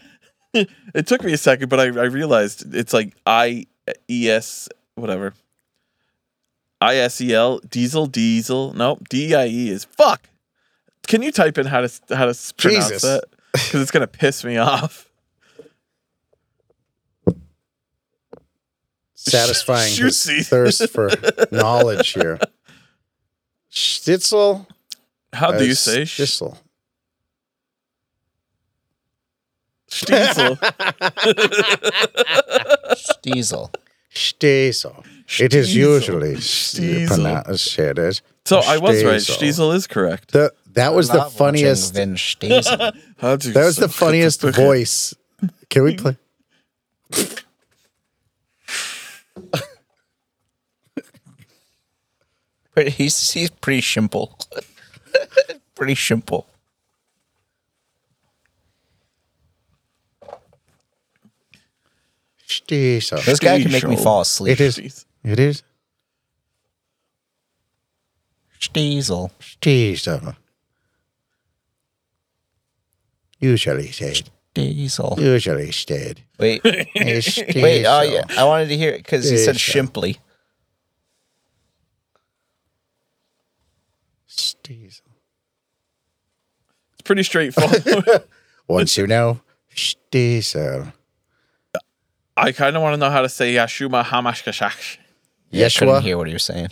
It took me a second, but I, I realized it's like I E S whatever. I S E L Diesel Diesel. Nope. D I E is fuck. Can you type in how to s- how to s- pronounce Jesus. that? Because it's gonna piss me off. satisfying his Shootsy. *laughs* thirst for knowledge here. Stitzel. How do uh, you say sh- Stitzel? Stiesel? Diesel. Stitzel. *laughs* It is Stiesel. usually Stiesel. pronounced as So I was right. Stiesel. Stiesel is correct. the that was the Not watching funniest. That Vin Diesel. How do you was say- *laughs* the *laughs* funniest voice. Can we play? Pretty- he's, he's pretty simple. *laughs* pretty simple. Stitzel. This guy can make me fall asleep. It is. Stiesel. It is Diesel. Stitzel. Usually said. Diesel. Usually *laughs* said. Wait, wait. Wait. Oh yeah, I wanted to hear it because he said Diesel. simply. Stitzel. It's pretty *laughs* straightforward. Once you know, Stitzel. I kind of want to know how to say Yashuma Hamashkashash. Yeah, I couldn't Yeshua. hear what he was saying.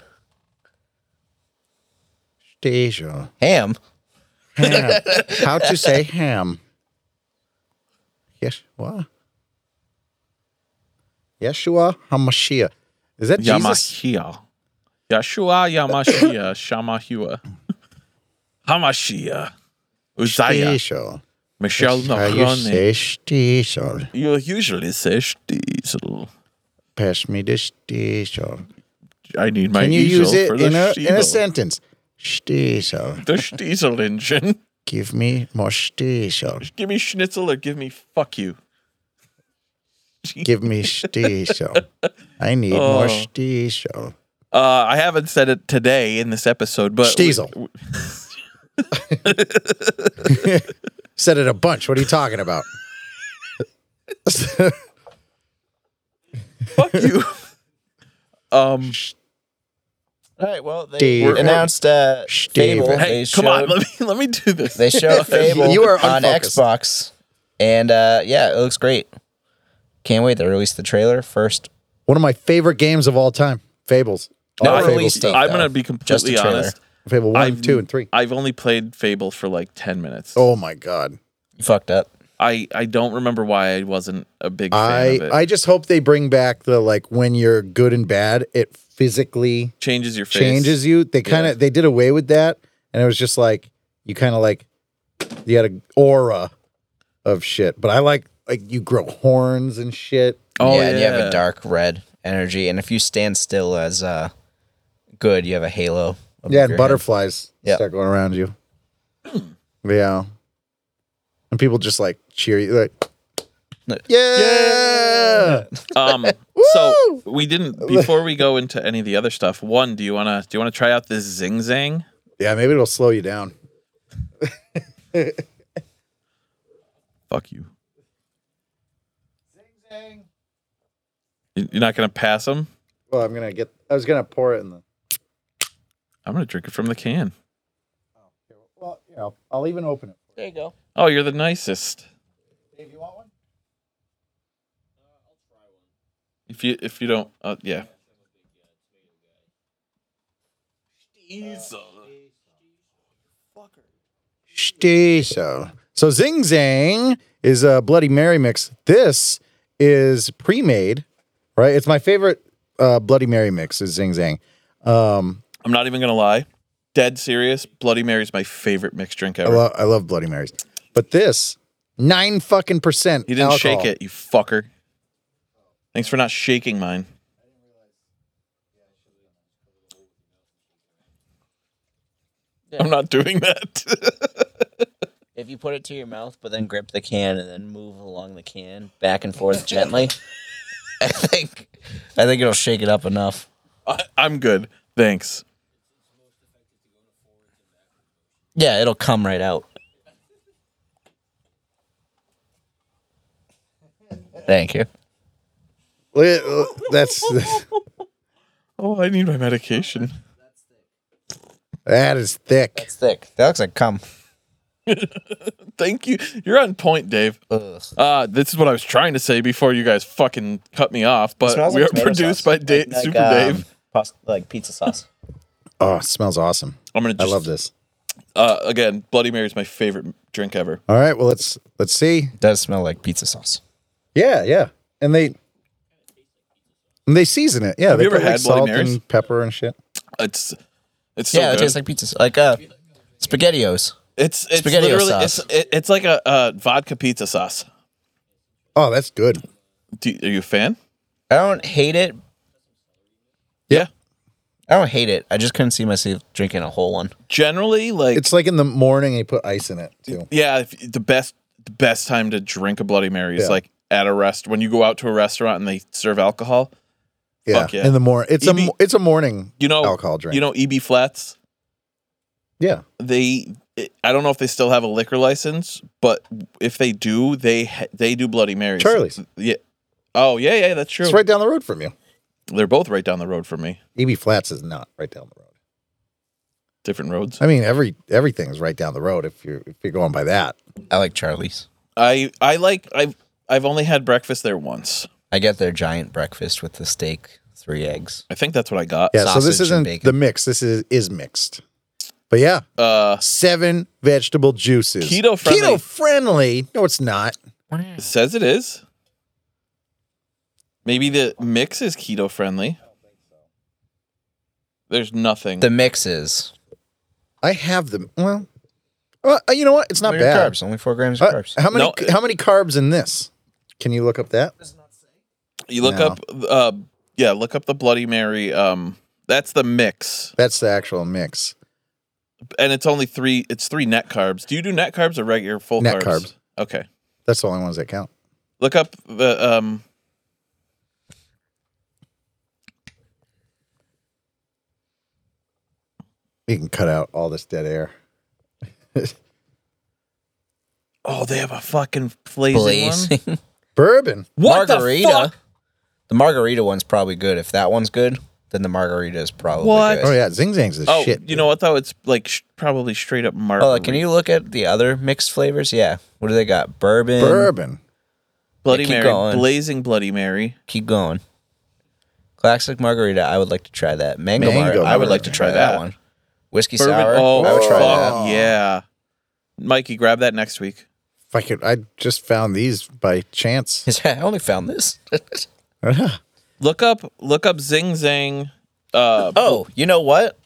Deja. Ham. *laughs* Ham. How to say ham? Yeshua. Yeshua Hamashiach. Is that Jesus? Yamashia. Yashua *coughs* Yamashia Shamahua. Hamashia. Uzziah. Deja. Michelle How you Nochrone. say Stiesel? You usually say Stiesel. Pass me the Stiesel. I need my Can you easel use it for the in a, in a Stiesel. sentence? Stiesel. The Stiesel engine. *laughs* Give me more Stiesel. Give me schnitzel or give me fuck you. Give me Stiesel. I need more Oh. Stiesel. Uh, I haven't said it today in this episode, but Stiesel. Said it a bunch. What are you *laughs* talking about? fuck *laughs* you. um, All right. Well, they Dave. We're- announced uh, Steve. Fable. hey, they showed, come on, let me let me do this. They showed Fable You are on unfocused. Xbox, and uh, yeah, it looks great. Can't wait. They released the trailer first. One of my favorite games of all time, Fables. All Not Fable released stuff. date, I'm though. gonna be Just a completely trailer. honest. Fable one, two, and three. I've only played Fable for like ten minutes. Oh my god! You fucked up. I I don't remember why I wasn't a big fan I of it. I just hope they bring back the like when you're good and bad, it physically changes your face. changes you. They kind of they did away with that, and it was just like you kind of like you had an aura of shit. But I like like you grow horns and shit. Oh yeah, and you have a dark red energy, and if you stand still as uh, good, you have a halo. Yeah, above your and head. butterflies Yeah. start going around *clears throat* you. yeah. And people just like cheer you like Yeah. *laughs* *laughs* Um, so we didn't before we go into any of the other stuff. One, do you wanna do you wanna try out this Zing Zang? Yeah, maybe it'll slow you down. Fuck you. You- You're not gonna pass them. Well, I'm gonna get I was gonna pour it in the I'm gonna drink it from the can. well, you know, I'll even open it. There you go. Oh, you're the nicest. Dave, you want one? If you if you don't, uh, yeah. Stiesel. Stiesel. So Zing Zang is a Bloody Mary mix. This is pre-made, right? It's my favorite uh, Bloody Mary mix is Zing Zang. Um, I'm not even gonna lie. Dead serious. Bloody Mary's my favorite mixed drink I, ever. lo- I love Bloody Marys, but this nine fucking percent. you didn't alcohol. shake it, you fucker. Thanks for not shaking mine. I'm not doing that. *laughs* If you put it to your mouth, but then grip the can and then move along the can back *laughs* and forth gently, I think I think it'll shake it up enough. I, I'm good. Thanks. Yeah, it'll come right out. Thank you. Li- That's *laughs* Oh, I need my medication. that is thick. It's thick. That looks like cum. Thank you. You're on point, Dave. Ugh. Uh, this is what I was trying to say before you guys fucking cut me off. But Smells we are like tomato produced by sauce. da- Like- like, Super um, Dave. pasta- like pizza sauce. Oh, it smells awesome. I'm gonna I just love this. uh, again. Bloody Mary is my favorite drink ever. All right, well let's let's see. It does smell like pizza sauce. Yeah, yeah, and they and they season it. Yeah, they you ever put like had Bloody salt Marys? and pepper and shit. It's it's so yeah, it good. tastes like pizza, sauce. like uh, spaghettios. it's it's spaghetti literally sauce. it's it, it's like a, uh vodka pizza sauce. Oh, that's good. Do, you- are you a fan? I don't hate it. Yeah. I don't hate it. I just couldn't see myself drinking a whole one. Generally, like It's like in the morning and you put ice in it too. yeah, if, the best the best time to drink a Bloody Mary is Yeah. like at a rest when you go out to a restaurant and they serve alcohol. Yeah, Fuck yeah. in the morning. It's EB a mo- it's a morning. You know alcohol drink. You know EB Flats. yeah, they I don't know if they still have a liquor license, but if they do, they ha- they do Bloody Marys. Charlie's. Yeah. Oh yeah, yeah, that's true. it's right down the road from you. They're both right down the road from me. EB Flats is not right down the road. Different roads. I mean, every everything's right down the road if you're if you're going by that. I like Charlie's. I I like I've I've only had breakfast there once. I get their giant breakfast with the steak, three eggs. I think that's what I got. Yeah, so this Sausage and isn't bacon. the mix. This is is mixed. But yeah, Uh, seven vegetable juices. Keto-friendly. Keto friendly. No, it's not. it says it is. Maybe the mix is keto friendly. There's nothing. The mixes. I have them. Well, well, you know what? It's not Only your bad. Carbs, only four grams of Uh, carbs. how many No. how many carbs in this? Can you look up that? you look No. up, uh, yeah, look up the Bloody Mary. Um, that's the mix, That's the actual mix. and it's only three. It's three net carbs. Do you do net carbs or regular full Net carbs? carbs. Okay. That's the only ones that count. Look up the um. You can cut out all this dead air. Oh, they have a fucking blazing one. *laughs* Blazing. Bourbon. *laughs* What margarita. the fuck? The margarita one's probably good. If that one's good, then the margarita is probably What? good. Oh yeah, Zing Zang's the Oh, shit. you know what though? It's like sh- probably straight up margarita. Oh, can you look at the other mixed flavors? Yeah. What do they got? Bourbon. Bourbon. Bloody keep Mary, going. blazing Bloody Mary. Keep going. Classic margarita. I would like to try that. Mango, Mango margarita. I would like to margarita, try yeah. that one. Whiskey Bourbon. sour. *laughs* Oh, I would try that. fuck yeah. Mikey, grab that next week. If I could, I just found these by chance. *laughs* Is that- I only found this. *laughs* Look up, look up Zing Zang. Uh, oh, you know what?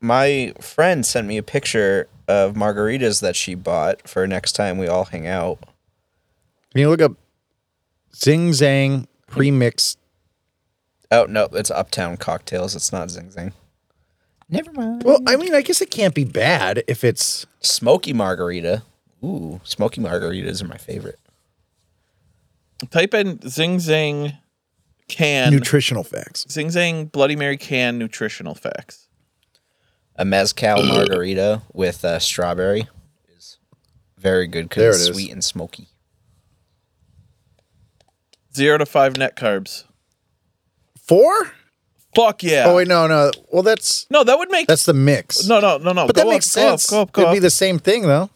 My friend sent me a picture of margaritas that she bought for next time we all hang out. Can you look up Zing Zang premix? Oh no, it's Uptown Cocktails. It's not Zing Zing. Never mind. Well, I mean, I guess it can't be bad if it's Smoky margarita. Ooh, smoky margaritas are my favorite. type in Zing Zang can nutritional facts. Zing Zang Bloody Mary can nutritional facts. A mezcal margarita with uh, strawberry is very good There because it it's is. sweet and smoky. Zero to five net carbs. Four? Fuck yeah. Oh wait, no, no. Well, that's No, that would make that's the mix. no, no, no, no. but Go that up, makes go up, sense. Go up, go Could up. be the same thing though.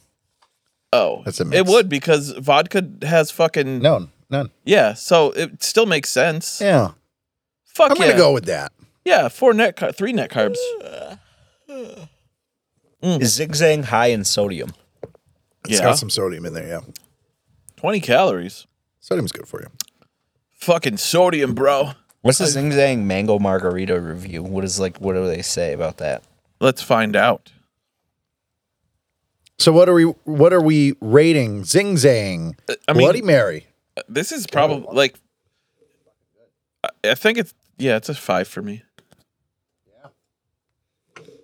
oh, That's a It mix. would because vodka has fucking No, none. Yeah, so it still makes sense. Yeah, Fuck I'm yeah. gonna go with that. Yeah, four net, car- three net carbs. Is zigzag high in sodium? It's Yeah. got some sodium in there. Yeah, Twenty calories. sodium's good for you. Fucking sodium, bro. What's the zigzag mango margarita review? What is like? What do they say about that? Let's find out. So what are we? What are we rating? Zing Zang. Uh, I mean- uh, Bloody Mary. This is probably like, I- I think it's yeah, it's a five for me.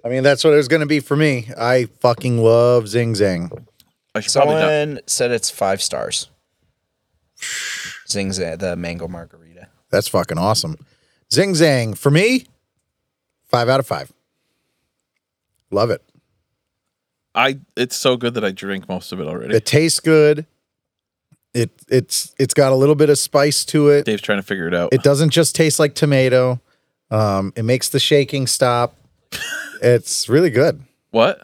I mean, that's what it was gonna be for me. I fucking love Zing Zang. I should probably not. Someone said it's five stars. Zigzag, the mango margarita. That's fucking awesome. Zing Zang for me. Five out of five. Love it. I it's so good that I drink most of it already. It tastes good. It it's it's got a little bit of spice to it. Dave's trying to figure it out. It doesn't just taste like tomato. Um, it makes the *laughs* shaking stop. it's really good. what?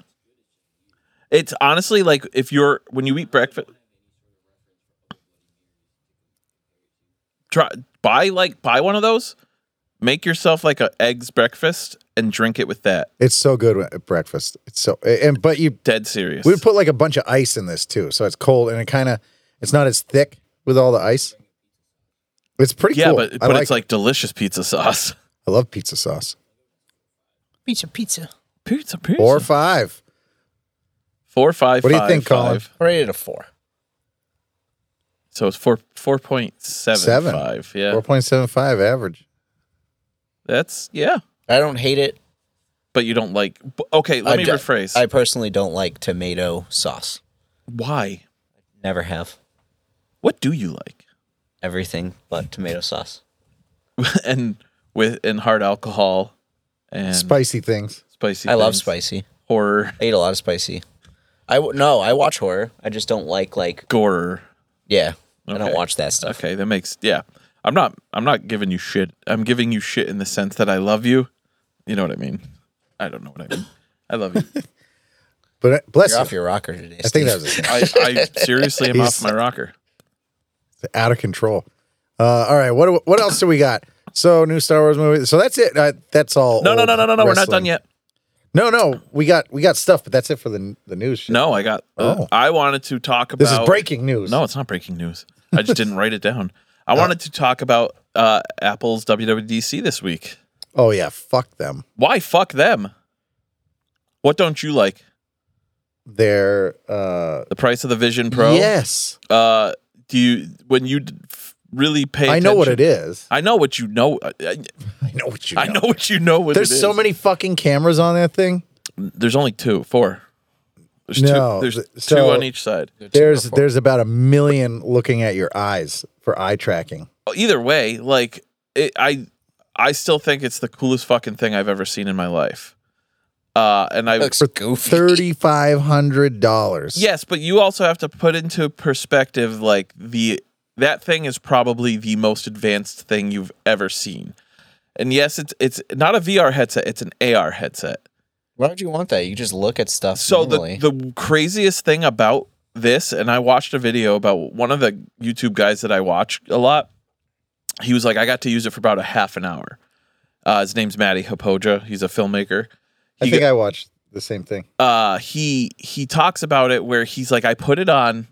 It's honestly like if you're when you eat breakfast. Try buy like buy one of those. Make yourself like a eggs breakfast and drink it with that. It's so good at breakfast. It's so and but you Dead serious. we would put like a bunch of ice in this too, so it's cold and it kind of it's not as thick with all the ice. It's pretty yeah, cool. but I but it's it. like delicious pizza sauce. *laughs* I love pizza sauce. Pizza, pizza. Pizza, pizza. Four or five. Four, five, What do you five, think, Colin? five. I rated a four. So it's four four point seven Seven. five. Yeah, Four point seven five average. that's yeah. I don't hate it. But you don't like. b- Okay, let I me d- rephrase. I personally don't like tomato sauce. Why? Never have What do you like? *laughs* everything but tomato sauce. and with and hard alcohol and Spicy things. spicy. I love things. spicy. horror I eat a lot of spicy. I w- no, I watch horror. I just don't like like gore. yeah. I Okay. don't watch that stuff. Okay, that makes yeah. I'm not. I'm not giving you shit. I'm giving you shit in the sense that I love you. You know what I mean? I don't know what I mean. I love *laughs* you. But uh, bless You're you. off your rocker today. I think *laughs* Steve. that was his name. I, I seriously am off He's- my rocker. out of control. Uh, all right, what do- what else do we got? So new Star Wars movie. So that's it. Uh, that's all. No, no, old no, no, no, no. We're not wrestling. done yet. No, no, we got we got stuff, but that's it for the the news. Shit. No, I got. uh, Oh. I wanted to talk about. this is breaking news. No, it's not breaking news. I just didn't write it down. *laughs* Oh. I wanted to talk about uh, Apple's WWDC this week. Oh yeah, fuck them. Why fuck them? What don't you like? They're uh, The price of the Vision Pro. Yes, Uh, do you when you d- f- really pay? I know what it attention- is. I know what you know. I, I, I know what you. I know what you know. What There's it is. so many fucking cameras on that thing. There's only two, four. There's No, two. There's th- two so- on each side. There's there's about a million looking at your eyes for eye tracking. Either way, like it, I, I still think it's the coolest fucking thing I've ever seen in my life. Uh, and I looks for goofy. Thirty five hundred dollars. Yes, but you also have to put into perspective like the that thing is probably the most advanced thing you've ever seen. And yes, it's it's not a VR headset, it's an AR headset. Why would you want that? You just look at stuff. So normally. the the craziest thing about this and I watched a video about one of the YouTube guys that I watch a lot. He was like I got to use it for about a half an hour. Uh, his name's Matty Hapoja. He's a filmmaker. I He think got- I watched the same thing. uh he he talks about it where he's like i put it on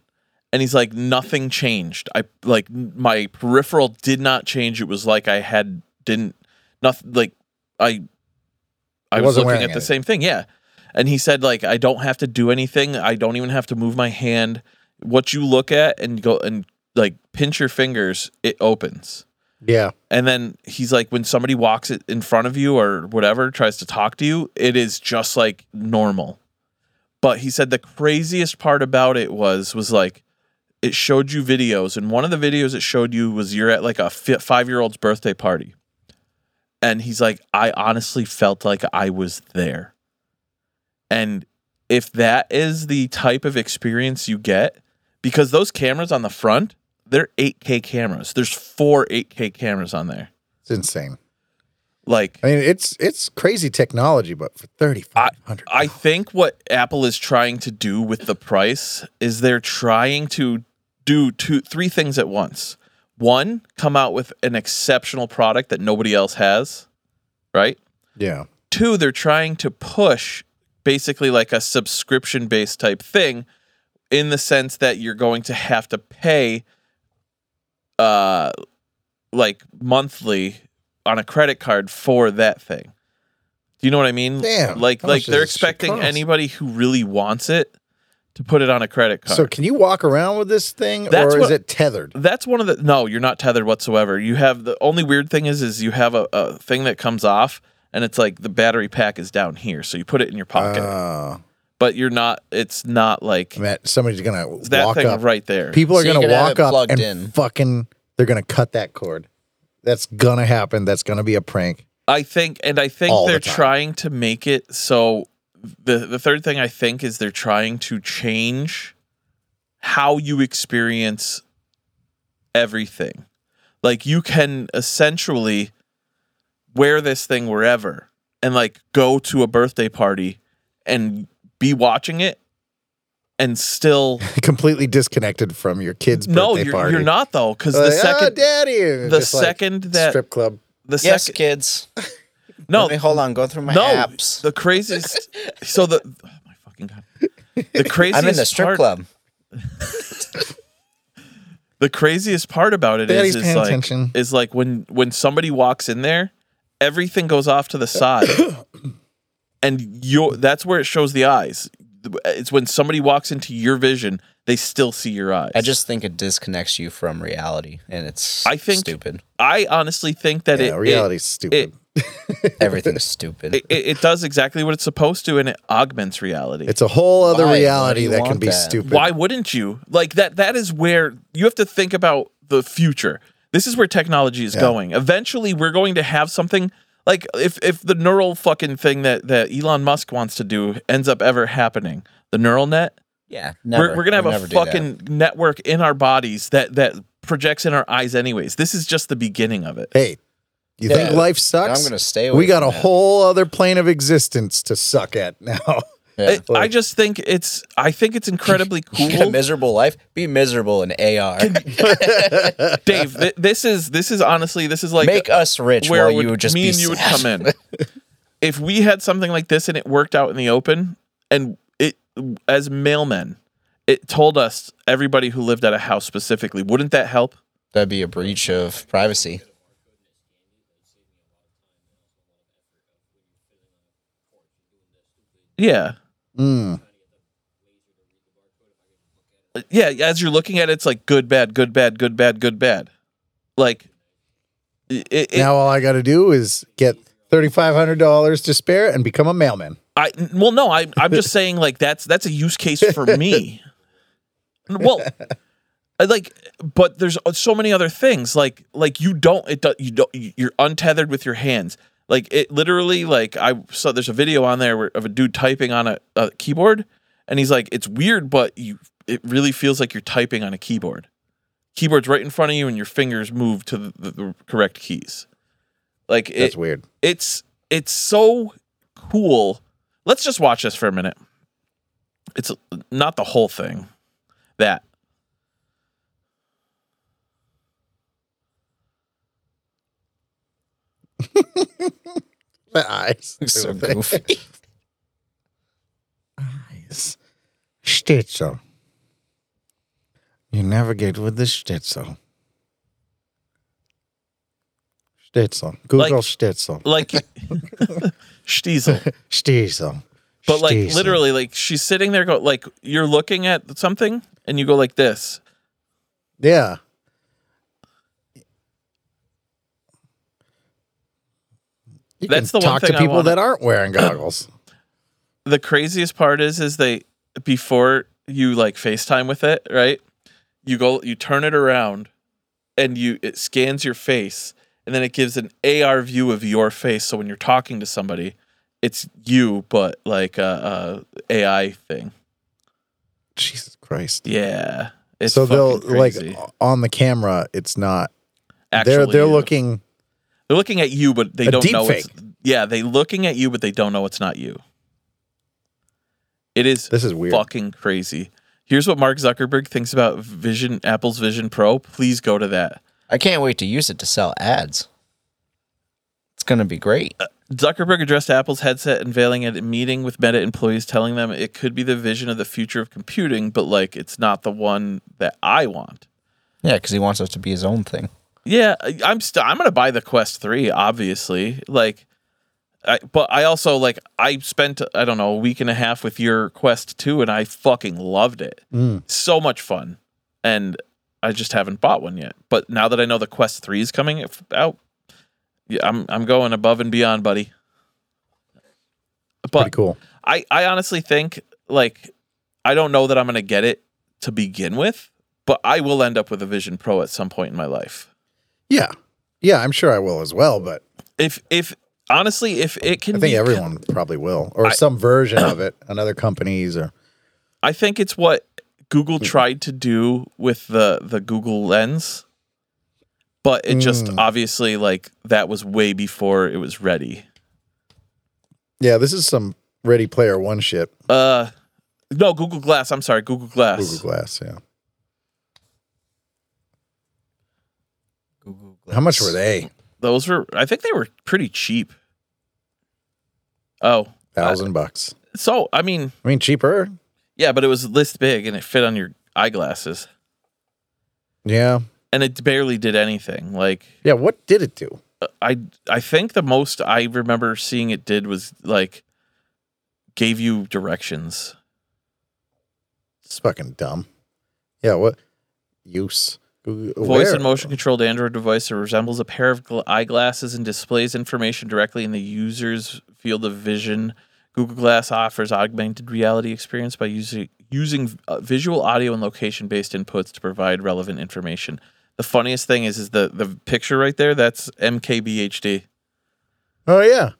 and he's like nothing changed i like n- my peripheral did not change it was like i had didn't nothing like i i It was wasn't looking wearing at the anything. same thing yeah and he said like i don't have to do anything i don't even have to move my hand what you look at and go and like pinch your fingers it opens Yeah, and then he's like, when somebody walks it in front of you or whatever, tries to talk to you, it is just like normal. But he said the craziest part about it was was like it showed you videos, and one of the videos it showed you was you're at like a five year old's birthday party, and he's like, I honestly felt like I was there, and if that is the type of experience you get, because those cameras on the front they're 8K cameras. There's four 8K cameras on there. it's insane. Like I mean, it's it's crazy technology, but for thirty five hundred, I think what Apple is trying to do with the price is they're trying to do two three things at once. One, come out with an exceptional product that nobody else has, right? yeah, Two, they're trying to push basically like a subscription based type thing in the sense that you're going to have to pay uh like monthly on a credit card for that thing. Do you know what I mean? Damn, Like how like much they're does this shit expecting cost? anybody who really wants it to put it on a credit card. So can you walk around with this thing, That's or is what- it tethered? That's one of the no, you're not tethered whatsoever. You have the only weird thing is is you have a, a thing that comes off and it's like the battery pack is down here. So you put it in your pocket. Uh, but you're not it's not like I mean, somebody's gonna that walk thing up. right there. People are So you gonna can have walk it up plugged and in. fucking they're gonna cut that cord. That's gonna happen. That's gonna be a prank. *laughs* I think, and I think All the they're time. trying to make it so. The the third thing I think is they're trying to change how you experience everything. Like you can essentially wear this thing wherever and like go to a birthday party and be watching it and still Completely disconnected from your kid's no birthday you're, party. you're not though because the Like, oh, second daddy, and the just, like, second that strip club. the yes, second kids. *laughs* no Let me hold on. Go through my no, apps. the craziest. so the oh my fucking god, *laughs* the craziest. I'm in the strip part, club. The craziest part about it Daddy's is, is paying like attention. is like when when somebody walks in there, everything goes off to the *coughs* side, and your that's where it shows the eyes. It's when somebody walks into your vision, they still see your eyes. I just think it disconnects you from reality, and it's I think- stupid. I honestly think that Yeah, it it, reality's stupid. it- Everything's stupid. it it does exactly what it's supposed to, and it augments reality. it's a whole other Why? Why do reality you that can want be that? stupid. why wouldn't you like that that is where you have to think about the future this is where technology is going eventually we're going to have something like if if the neural fucking thing that that Elon Musk wants to do ends up ever happening the neural net yeah, never. we're, we're gonna I'd have never a do that. fucking network in our bodies that that projects in our eyes anyways this is just the beginning of it Hey, you think Yeah. life And sucks? I'm gonna stay. Away we got from a that. whole other plane of existence to suck at *laughs* now. I- I just think it's I think it's *laughs* incredibly Got a cool. miserable life. Be miserable in AR. Dave, th- this is this is honestly this is like Make us rich where while would, you would just me be and you would sad. come in. *laughs* if we had something like this and it worked out in the open, and it as mailmen, it told us everybody who lived at a house specifically, wouldn't that help? That'd be a breach of privacy. Yeah. Mm. yeah, as you're looking at it, it's like good, bad, good, bad, good, bad, good, bad. Like, it, it, now all I got to do is get thirty five hundred dollars to spare and become a mailman. I well, no, I, I'm just saying like that's that's a use case for me. Well, I like, but there's so many other things like like you don't it do, you don't you're untethered with your hands. Like it literally like I saw there's a video on there where, of a dude typing on a, a keyboard, and he's like, it's weird, but you it really feels like you're typing on a keyboard. Keyboard's right in front of you, and your fingers move to the, the, the correct keys. Like it, *laughs* That's weird. it's it's so cool. Let's just watch this for a minute. It's not the whole thing. That The eyes. *laughs* So goofy. eyes. Stitzel. You navigate with the Stitzel. Stitzel. Google Like- Stitzel. like *laughs* Stiesel. Stitzel. But like Stitzel. literally like she's sitting there go like you're looking at something and you go like this. Yeah. You That's can the one talk thing to I people wanna- that *coughs* aren't wearing goggles. The craziest part is is they before you like FaceTime with it, right? You go you turn it around and you it scans your face and then it gives an AR view of your face. So when you're talking to somebody, it's you, but like a, a AI thing. Jesus Christ. Yeah, it's so they'll fucking crazy. like on the camera, it's not. Actually, uh, they're they're yeah. looking. they're looking at you, but they A don't deep know. It's, fake. yeah, they looking at you, but they don't know it's not you. It is This is weird. fucking crazy. Here's what Mark Zuckerberg thinks about Vision, Apple's Vision Pro. Please go to that. I can't wait to use it to sell ads. It's gonna be great. Zuckerberg addressed Apple's headset unveiling at a meeting with Meta employees, telling them it could be the vision of the future of computing, but like it's not the one that I want. Yeah, because he wants us to be his own thing. Yeah, I- I'm still I'm gonna buy the Quest Three, obviously. Like, I but I also like I spent I don't know a week and a half with your Quest Two, and I fucking loved it. Mm, So much fun, and I just haven't bought one yet. But now that I know the Quest Three is coming f- out, yeah, I'm I'm going above and beyond, buddy. Pretty But cool. I, I honestly think like I don't know that I'm gonna get it to begin with, but I will end up with a Vision Pro at some point in my life. Yeah. Yeah, I'm sure I will as well, but If if honestly, if it can I think be, everyone probably will, or some *coughs* version of it, another company's or I think it's what Google tried to do with the the Google Lens, but it just obviously like that was way before it was ready. yeah, this is some Ready Player One shit. Uh, no, Google Glass. I'm sorry, Google Glass. Google Glass, yeah. Google How much were they? Those were I think they were pretty cheap. Oh, Thousand bucks. so I mean. I mean, cheaper. Yeah, but it was list big and it fit on your eyeglasses. Yeah, And it barely did anything. Like uh, yeah. What did it do? I I think the most I remember seeing it did was like gave you directions. It's fucking dumb. Yeah, what use? Google, Voice where? and motion controlled Android device that resembles a pair of gl- eyeglasses and displays information directly in the user's field of vision. Google Glass offers augmented reality experience by using using uh, visual, audio, and location based inputs to provide relevant information. The funniest thing is is the the picture right there. That's MKBHD, Oh yeah,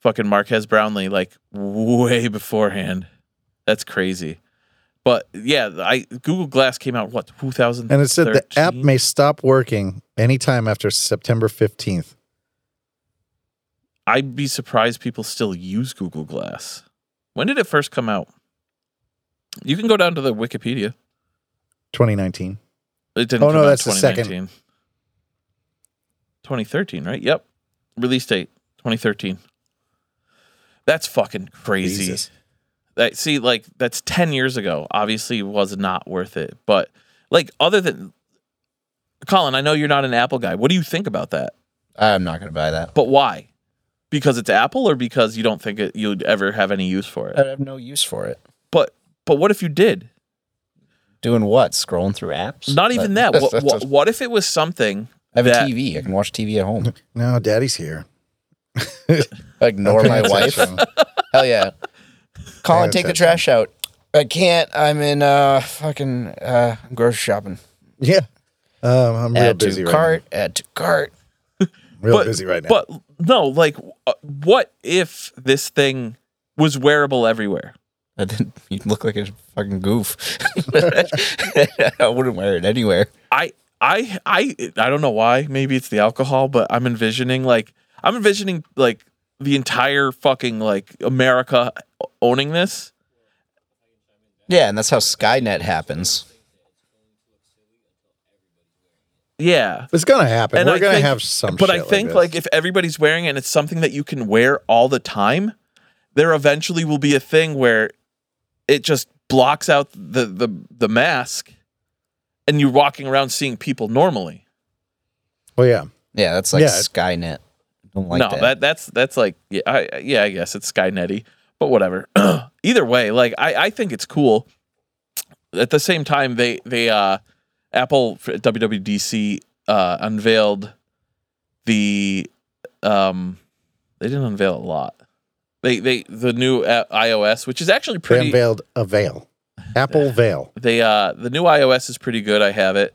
fucking Marquez Brownlee, like way beforehand. That's crazy. But yeah, I Google Glass came out what 2000 and it said the app may stop working anytime after September fifteenth. I'd be surprised people still use Google Glass. When did it first come out? You can go down to the Wikipedia. 2019. It didn't Oh, come no, out that's the in second. 2019. 2013, right? Yep. Release date 2013. That's fucking crazy. Jesus. That see like that's 10 years ago. Obviously was not worth it. But like other than Colin, I know you're not an Apple guy. What do you think about that? I'm not gonna buy that. But why? Because it's Apple or because you don't think it, you'd ever have any use for I it? have no use for it. But but what if you did? Doing what? Scrolling through apps? Not even that. *laughs* That's- What, that's- what, what if it was something I have a that- TV. I can watch TV at *laughs* home. No, daddy's here. I ignore my wife. Hell yeah. Colin, Yeah, take the that's trash out. I can't. I'm in uh fucking uh grocery shopping. *laughs* Yeah. Um, I'm real Add busy to right cart. Add to cart. now. Real but, busy right now. But no, like, uh, what if this thing was wearable everywhere? *laughs* And then you look like a fucking goof. *laughs* I wouldn't wear it anywhere. I, I, I, I don't know why. Maybe it's the alcohol, but I'm envisioning like I'm envisioning like the entire fucking like America owning this. Yeah, and that's how Skynet happens. Yeah. it's gonna happen. And We're I gonna think- have some. But shit I think this. like, if everybody's wearing it and it's something that you can wear all the time, there eventually will be a thing where it just blocks out the the the mask and you're walking around seeing people normally. well, Oh, yeah. Yeah, that's like Yeah. Skynet. Don't like no, that. that. that's that's like yeah, I, I- yeah, I guess it's Skynetty, but whatever. *clears throat* Either way, like I, I think it's cool. At the same time, they they uh, Apple for WWDC uh, unveiled the um, they didn't unveil a lot. They they the new uh, iOS, which is actually They pretty. unveiled a veil. Apple veil. They uh the new iOS is pretty good. I have it.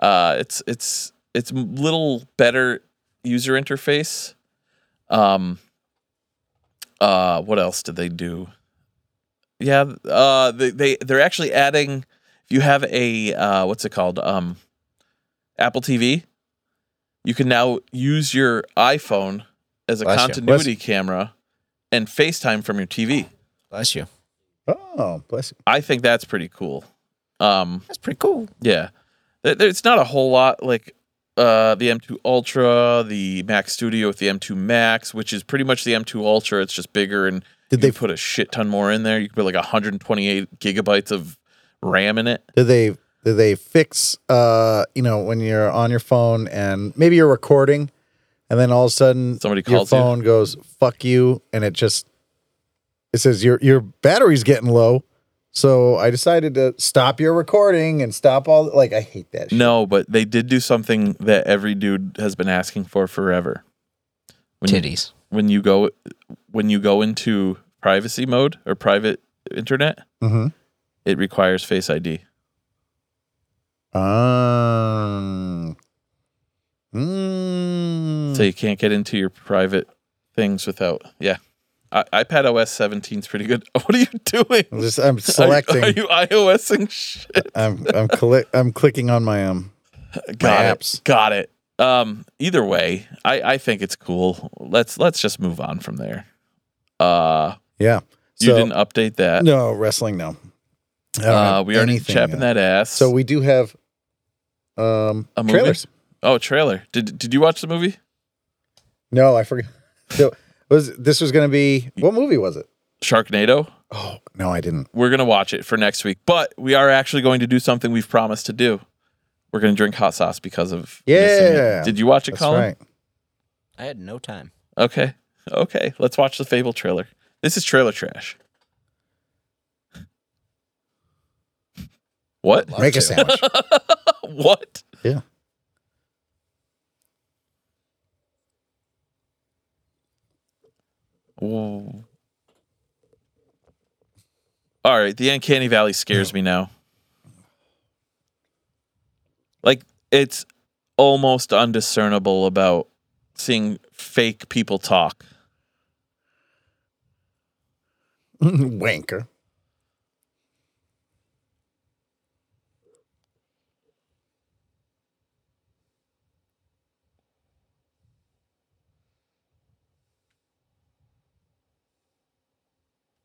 Uh it's it's it's a little better user interface. Um uh what else did they do? Yeah, uh they they they're actually adding if you have a uh what's it called? Um Apple TV, you can now use your iPhone as a Bless you. continuity camera and FaceTime from your TV. Bless you. Oh, bless you. I think that's pretty cool. Um That's pretty cool. yeah. There, there's not a whole lot like uh, the M2 Ultra, the Mac Studio with the M2 Max, which is pretty much the M2 Ultra. It's just bigger and Did you they put a shit ton more in there. You could put like 128 gigabytes of RAM in it. did they did they fix uh you know when you're on your phone and maybe you're recording and then all of a sudden Somebody your calls you. phone goes fuck you and it just it says your your battery's getting low so i decided to stop your recording and stop all like i hate that shit. No, but they did do something that every dude has been asking for forever. When you, Titties. when you go when you go into privacy mode or private internet, Mhm. it requires Face ID. um, mm, so you can't get into your private things without yeah I, ipad os 17 is pretty good *laughs* what are you doing I'm, just, *laughs* Are I'm you- selecting are you, iosing shit i'm i'm click i'm clicking on *laughs* my um got apps. it got it um either way i i think it's cool let's let's just move on from there uh yeah you didn't update that No, wrestling, no. I don't uh have we already anything, chapping uh, that ass So we do have um A movie? trailers. oh trailer did did you watch the movie No, I forgot. *laughs* So was this was gonna be what movie was it? sharknado Oh no, I didn't. we're gonna watch it for next week but we are actually going to do something we've promised to do we're gonna drink hot sauce because of missing it. Yeah. did you watch it That's colin right. I had no time. Okay. Okay. Let's watch the Fable trailer. This is trailer trash. What? Love Make a to. sandwich. *laughs* what? yeah. Ooh. All right. The Uncanny Valley scares me now. Like, it's almost undiscernible about seeing fake people talk. Wanker.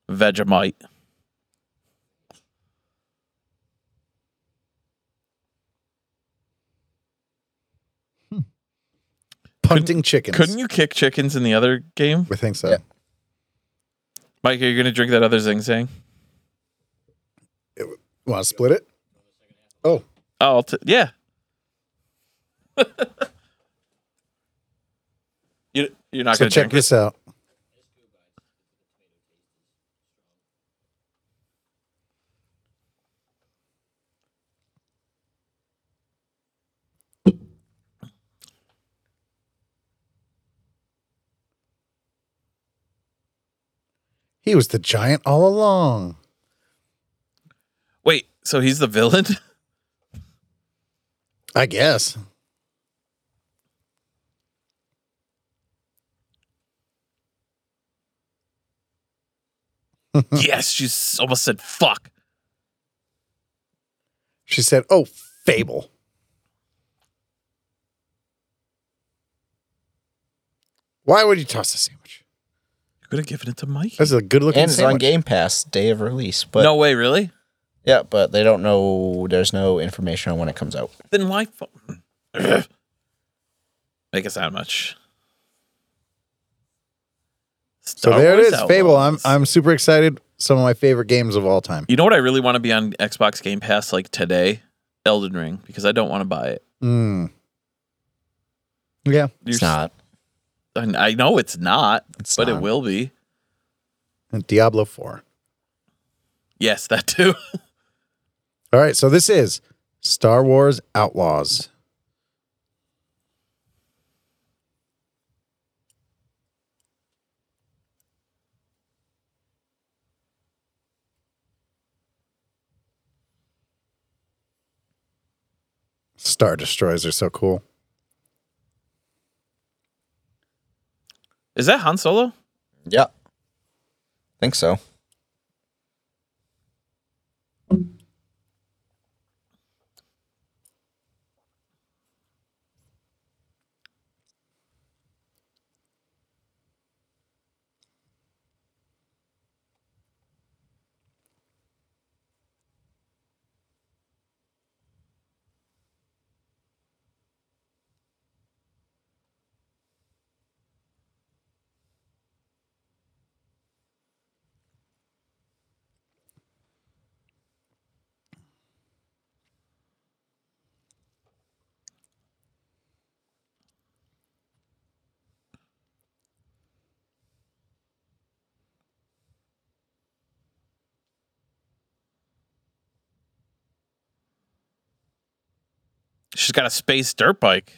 Vegemite. Punting chickens. Couldn't you kick chickens in the other game? I think so. Yeah. Mike, are you going to drink that other Zing Zang? Want to split it? Oh, Oh, I'll t- yeah. *laughs* you, you're not so going to check drink it. this out. He was the giant all along. Wait, so he's the *laughs* villain? *laughs* I guess. yes, she almost said fuck. She said, Oh, Fable. Why would you toss a sandwich? You could have given it to Mike. That's a good looking And it's on sandwich. Game Pass day of release. But no way, really? yeah, but they don't know. There's no information on when it comes out. Then why? Fu- *clears throat* Make it sound much. So Star there it Wars is, Fable. I'm Outlaws. I'm super excited. Some of my favorite games of all time. You know what I really want to be on Xbox Game Pass like today? Elden Ring, because I don't want to buy it. Mm. Yeah. You're it's not. s- I I know it's not, It's but it not. will be. And Diablo 4. Yes, that too. All right, so this is Star Wars Outlaws. Star Destroyers are so cool. Is that Han Solo? Yeah. think so. She's got a space dirt bike.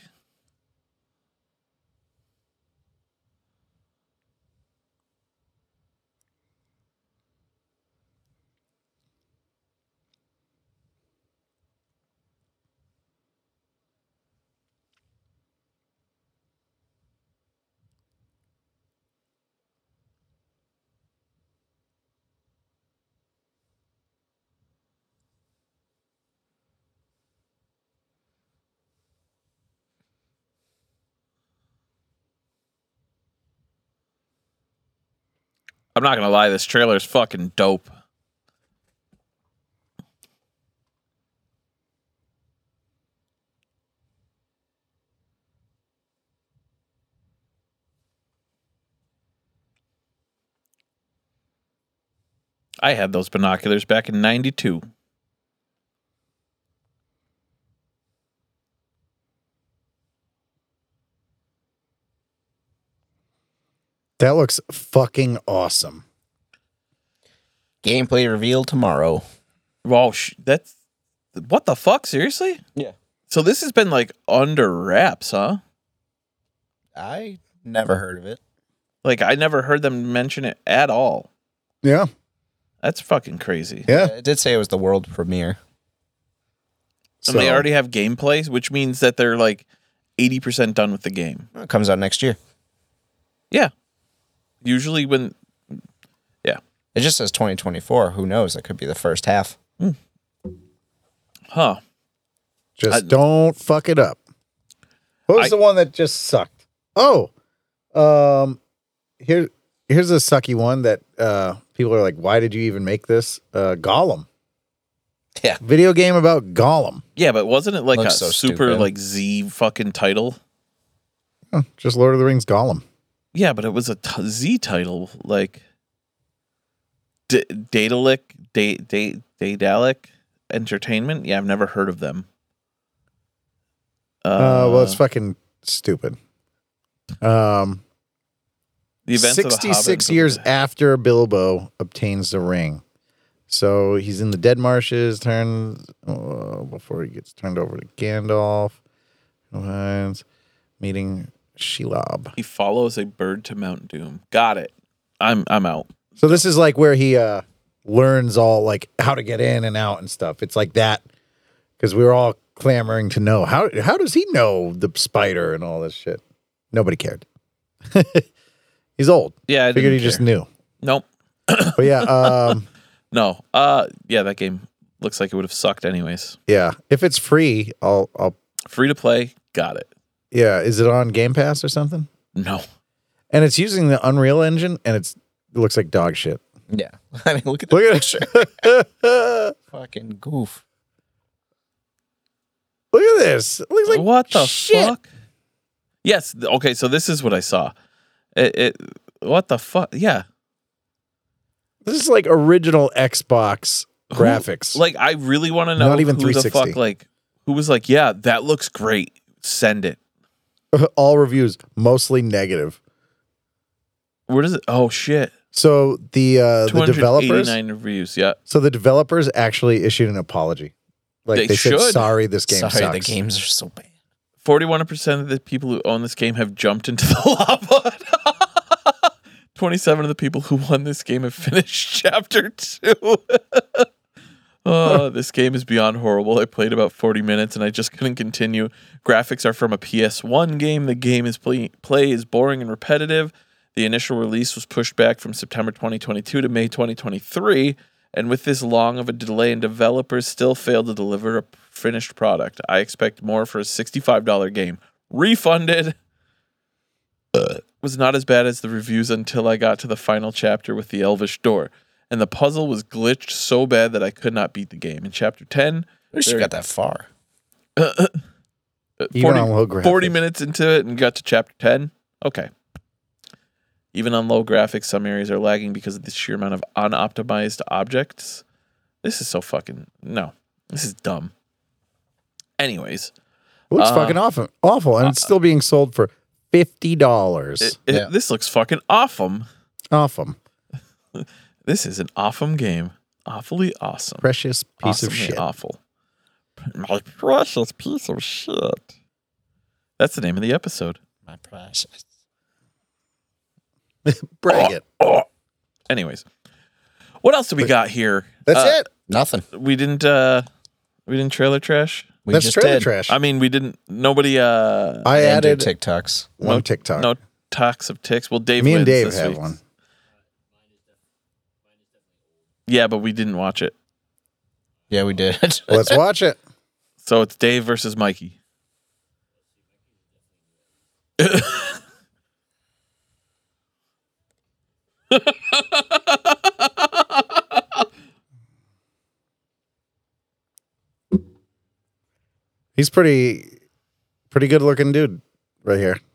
I'm not gonna lie, this trailer is fucking dope. I had those binoculars back in 92. That looks fucking awesome. Gameplay reveal tomorrow. Wow, sh- that's what the fuck? Seriously? Yeah. So this has been like under wraps, huh? I never *laughs* heard of it. Like I never heard them mention it at all. Yeah. That's fucking crazy. Yeah. It did say it was the world premiere. And they So- already have gameplay, which means that they're like 80% done with the game. It comes out next year. Yeah. Usually when It just says 2024. Who knows? It could be the first half. *laughs* huh. Just I- don't fuck it up. What was I- the one that just sucked? Oh, um, here, here's a sucky one that uh, people are like, why did you even make this? Uh, Gollum. Yeah. Video game about Gollum. Yeah, but wasn't it like Looks a so super stupid. like Z fucking title? Huh, Just Lord of the Rings Gollum. Yeah, but it was a t- Z title like D- Datalic, da- da- Daedalic Entertainment. Yeah, I've never heard of them. Uh, Uh, well, it's fucking stupid. Um, the events of the 66 Hobbit- years after Bilbo obtains the ring. So he's in the Dead Marshes, turns uh, before he gets turned over to Gandalf, Finds- meeting Shelob. He follows a bird to Mount Doom. Got it. I'm I'm out. So this is like where he uh, learns all like how to get in and out and stuff. It's like that because we were all clamoring to know how how does he know the spider and all this shit. Nobody cared. *laughs* he's old. Yeah, I Figured he didn't just care. knew. nope. *laughs* But yeah, um, No. Uh, yeah, that game looks like it would have sucked anyways. yeah. If it's free, I'll I'll Free to play. Got it. Yeah, is it on Game Pass or something? No. And it's using the Unreal Engine, and it's it looks like dog shit. Yeah. I mean, look at *laughs* the Look at picture. Look Fucking goof. at this. It looks like what the shit. fuck? Yes. th- Okay. So this is what I saw. It. it what the fuck? Yeah. This is like original Xbox Who- graphics. Like I really want to know. Not even who the 360. fuck like who was like yeah that looks great. Send it. *laughs* All reviews mostly negative. Where does it? Oh shit. So the uh, Two the hundred developers. eighty-nine reviews. Yeah. So the developers actually issued an apology. Like They they, said, should. sorry, this game Sorry, sucks. the games are so bad. Forty-one percent of the people who own this game have jumped into *laughs* the lava. *laughs* Twenty-seven of the people who won this game have finished *laughs* chapter two. oh, this game is beyond horrible. I played about forty minutes and I just couldn't continue. Graphics are from a PS1 game. The game is play, play is boring and repetitive. The initial release was pushed back from September 2022 to May 2023, and with this long of a delay, and developers still failed to deliver a finished product. I expect more for a $65 game. Refunded. Uh, Was not as bad as the reviews until I got to the final chapter with the Elvish door, and the puzzle was glitched so bad that I could not beat the game. In chapter *clears throat* 10, At least you Very- got that far. Even 40, on low graphics. 40 minutes into it and got to chapter 10. Okay. Even on low graphics, some areas are lagging because of the sheer amount of unoptimized objects. This is so fucking. No. This is dumb. Anyways, It looks Uh, fucking awful, awful, and it's still being sold for fifty it, dollars. it- Yeah. this looks fucking awful. Awful, This is an awful game. Awfully awesome. precious piece of Awesomely shit. Awful. My precious piece of shit. That's the name of the episode. My precious. Oh, Brag it. Anyways, what else do we got here? That's Uh, it. Nothing. we didn't uh we didn't trailer trash We That's just trailer did. trash. i mean we didn't nobody uh I And do added TikToks. one no- TikTok. no talks of ticks well dave Me wins and Dave this have week. one. yeah but we didn't watch it Yeah, we did. *laughs* *laughs* Let's watch it. so it's dave versus mikey He's pretty, pretty good looking dude right here. *laughs*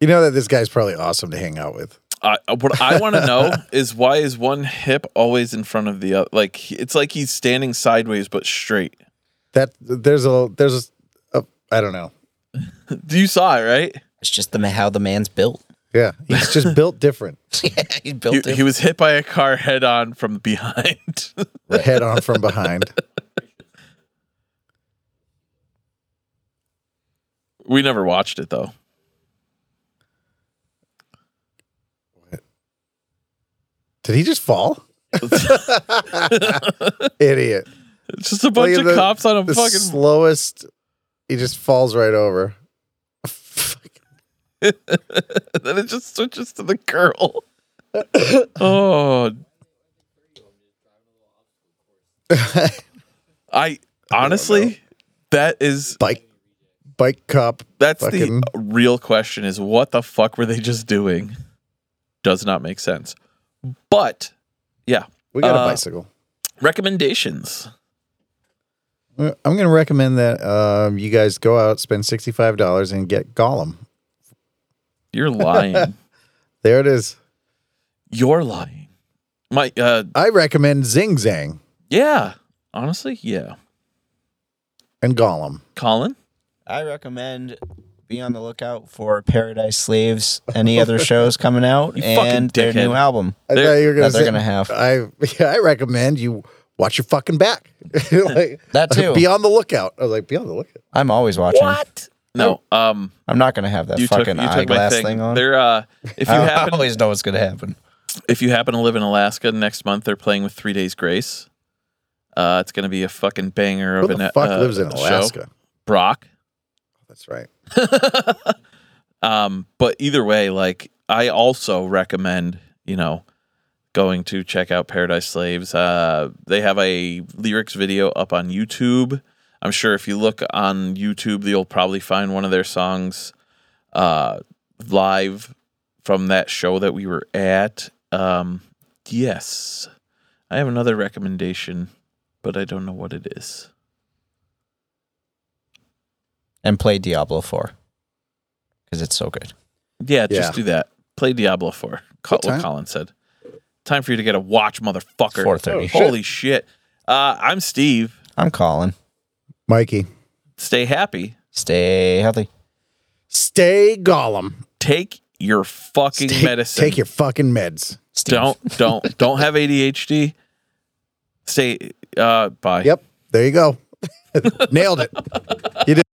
you know that this guy's probably awesome to hang out with. I, uh, what i want *laughs* to know is why is one hip always in front of the other like he- it's like he's standing sideways but straight *laughs* That there's a there's a I don't know. you saw it right It's just the ma- how the man's built. *laughs* Yeah, he's just built different. yeah, he's built he, it. he was hit by a car head on from behind *laughs* Head on from behind. we never watched it though *laughs* Did he just fall? Idiot. it's just a Look bunch at of the- cops on a The fucking slowest. He just falls right over. *laughs* Fuck. *laughs* then it just switches to the girl. *laughs* oh, I honestly, that is Bike, bike cop. that's Fucking- the real question: is what the fuck were they just doing? Does not make sense. But yeah, We got Uh, a bicycle. recommendations. Uh, I'm going to recommend that um, you guys go out, spend $65 and get Gollum. You're *laughs* lying. There it is. You're lying. My uh, I recommend Zing Zang yeah. Honestly, yeah. and Gollum. Colin, I recommend be on the lookout for Paradise Slaves, any *laughs* other shows coming out, You fucking and their dickhead. new album. I They're- thought you were that going to they're say. gonna have. I *laughs* I recommend you watch your fucking back. *laughs* Like, That *laughs* too. Be on the lookout. I was like, be on the lookout. I'm always watching. no. Um, I'm not gonna have that you took you fucking took my eyeglass thing. thing. on. They're uh, if *laughs* you I happen always know what's gonna happen. if you happen to live in Alaska next month, they're playing with Three Days Grace. Uh, it's gonna be a fucking banger Who of an the fuck uh, lives in show. Alaska? Brock. That's right. Um, but either way, like I also recommend, you know, going to check out Paradise Slaves. Uh, they have a lyrics video up on YouTube. I'm sure if you look on YouTube, you'll probably find one of their songs uh, live from that show that we were at. Um, yes, I have another recommendation, but I don't know what it is. And play Diablo 4 because it's so good. Yeah, just Yeah. do that. Play Diablo 4. Col- What what time? Colin said. Time for you to get a watch, motherfucker. 4:30. Oh, shit. Holy shit. Uh, I'm Steve. I'm calling. Mikey, Stay happy. Stay healthy. stay Gollum. Take your fucking Stay- medicine. Take your fucking meds. Steve. Don't don't don't have ADHD. Stay uh bye. *laughs* Yep. There you go. Nailed it. You did.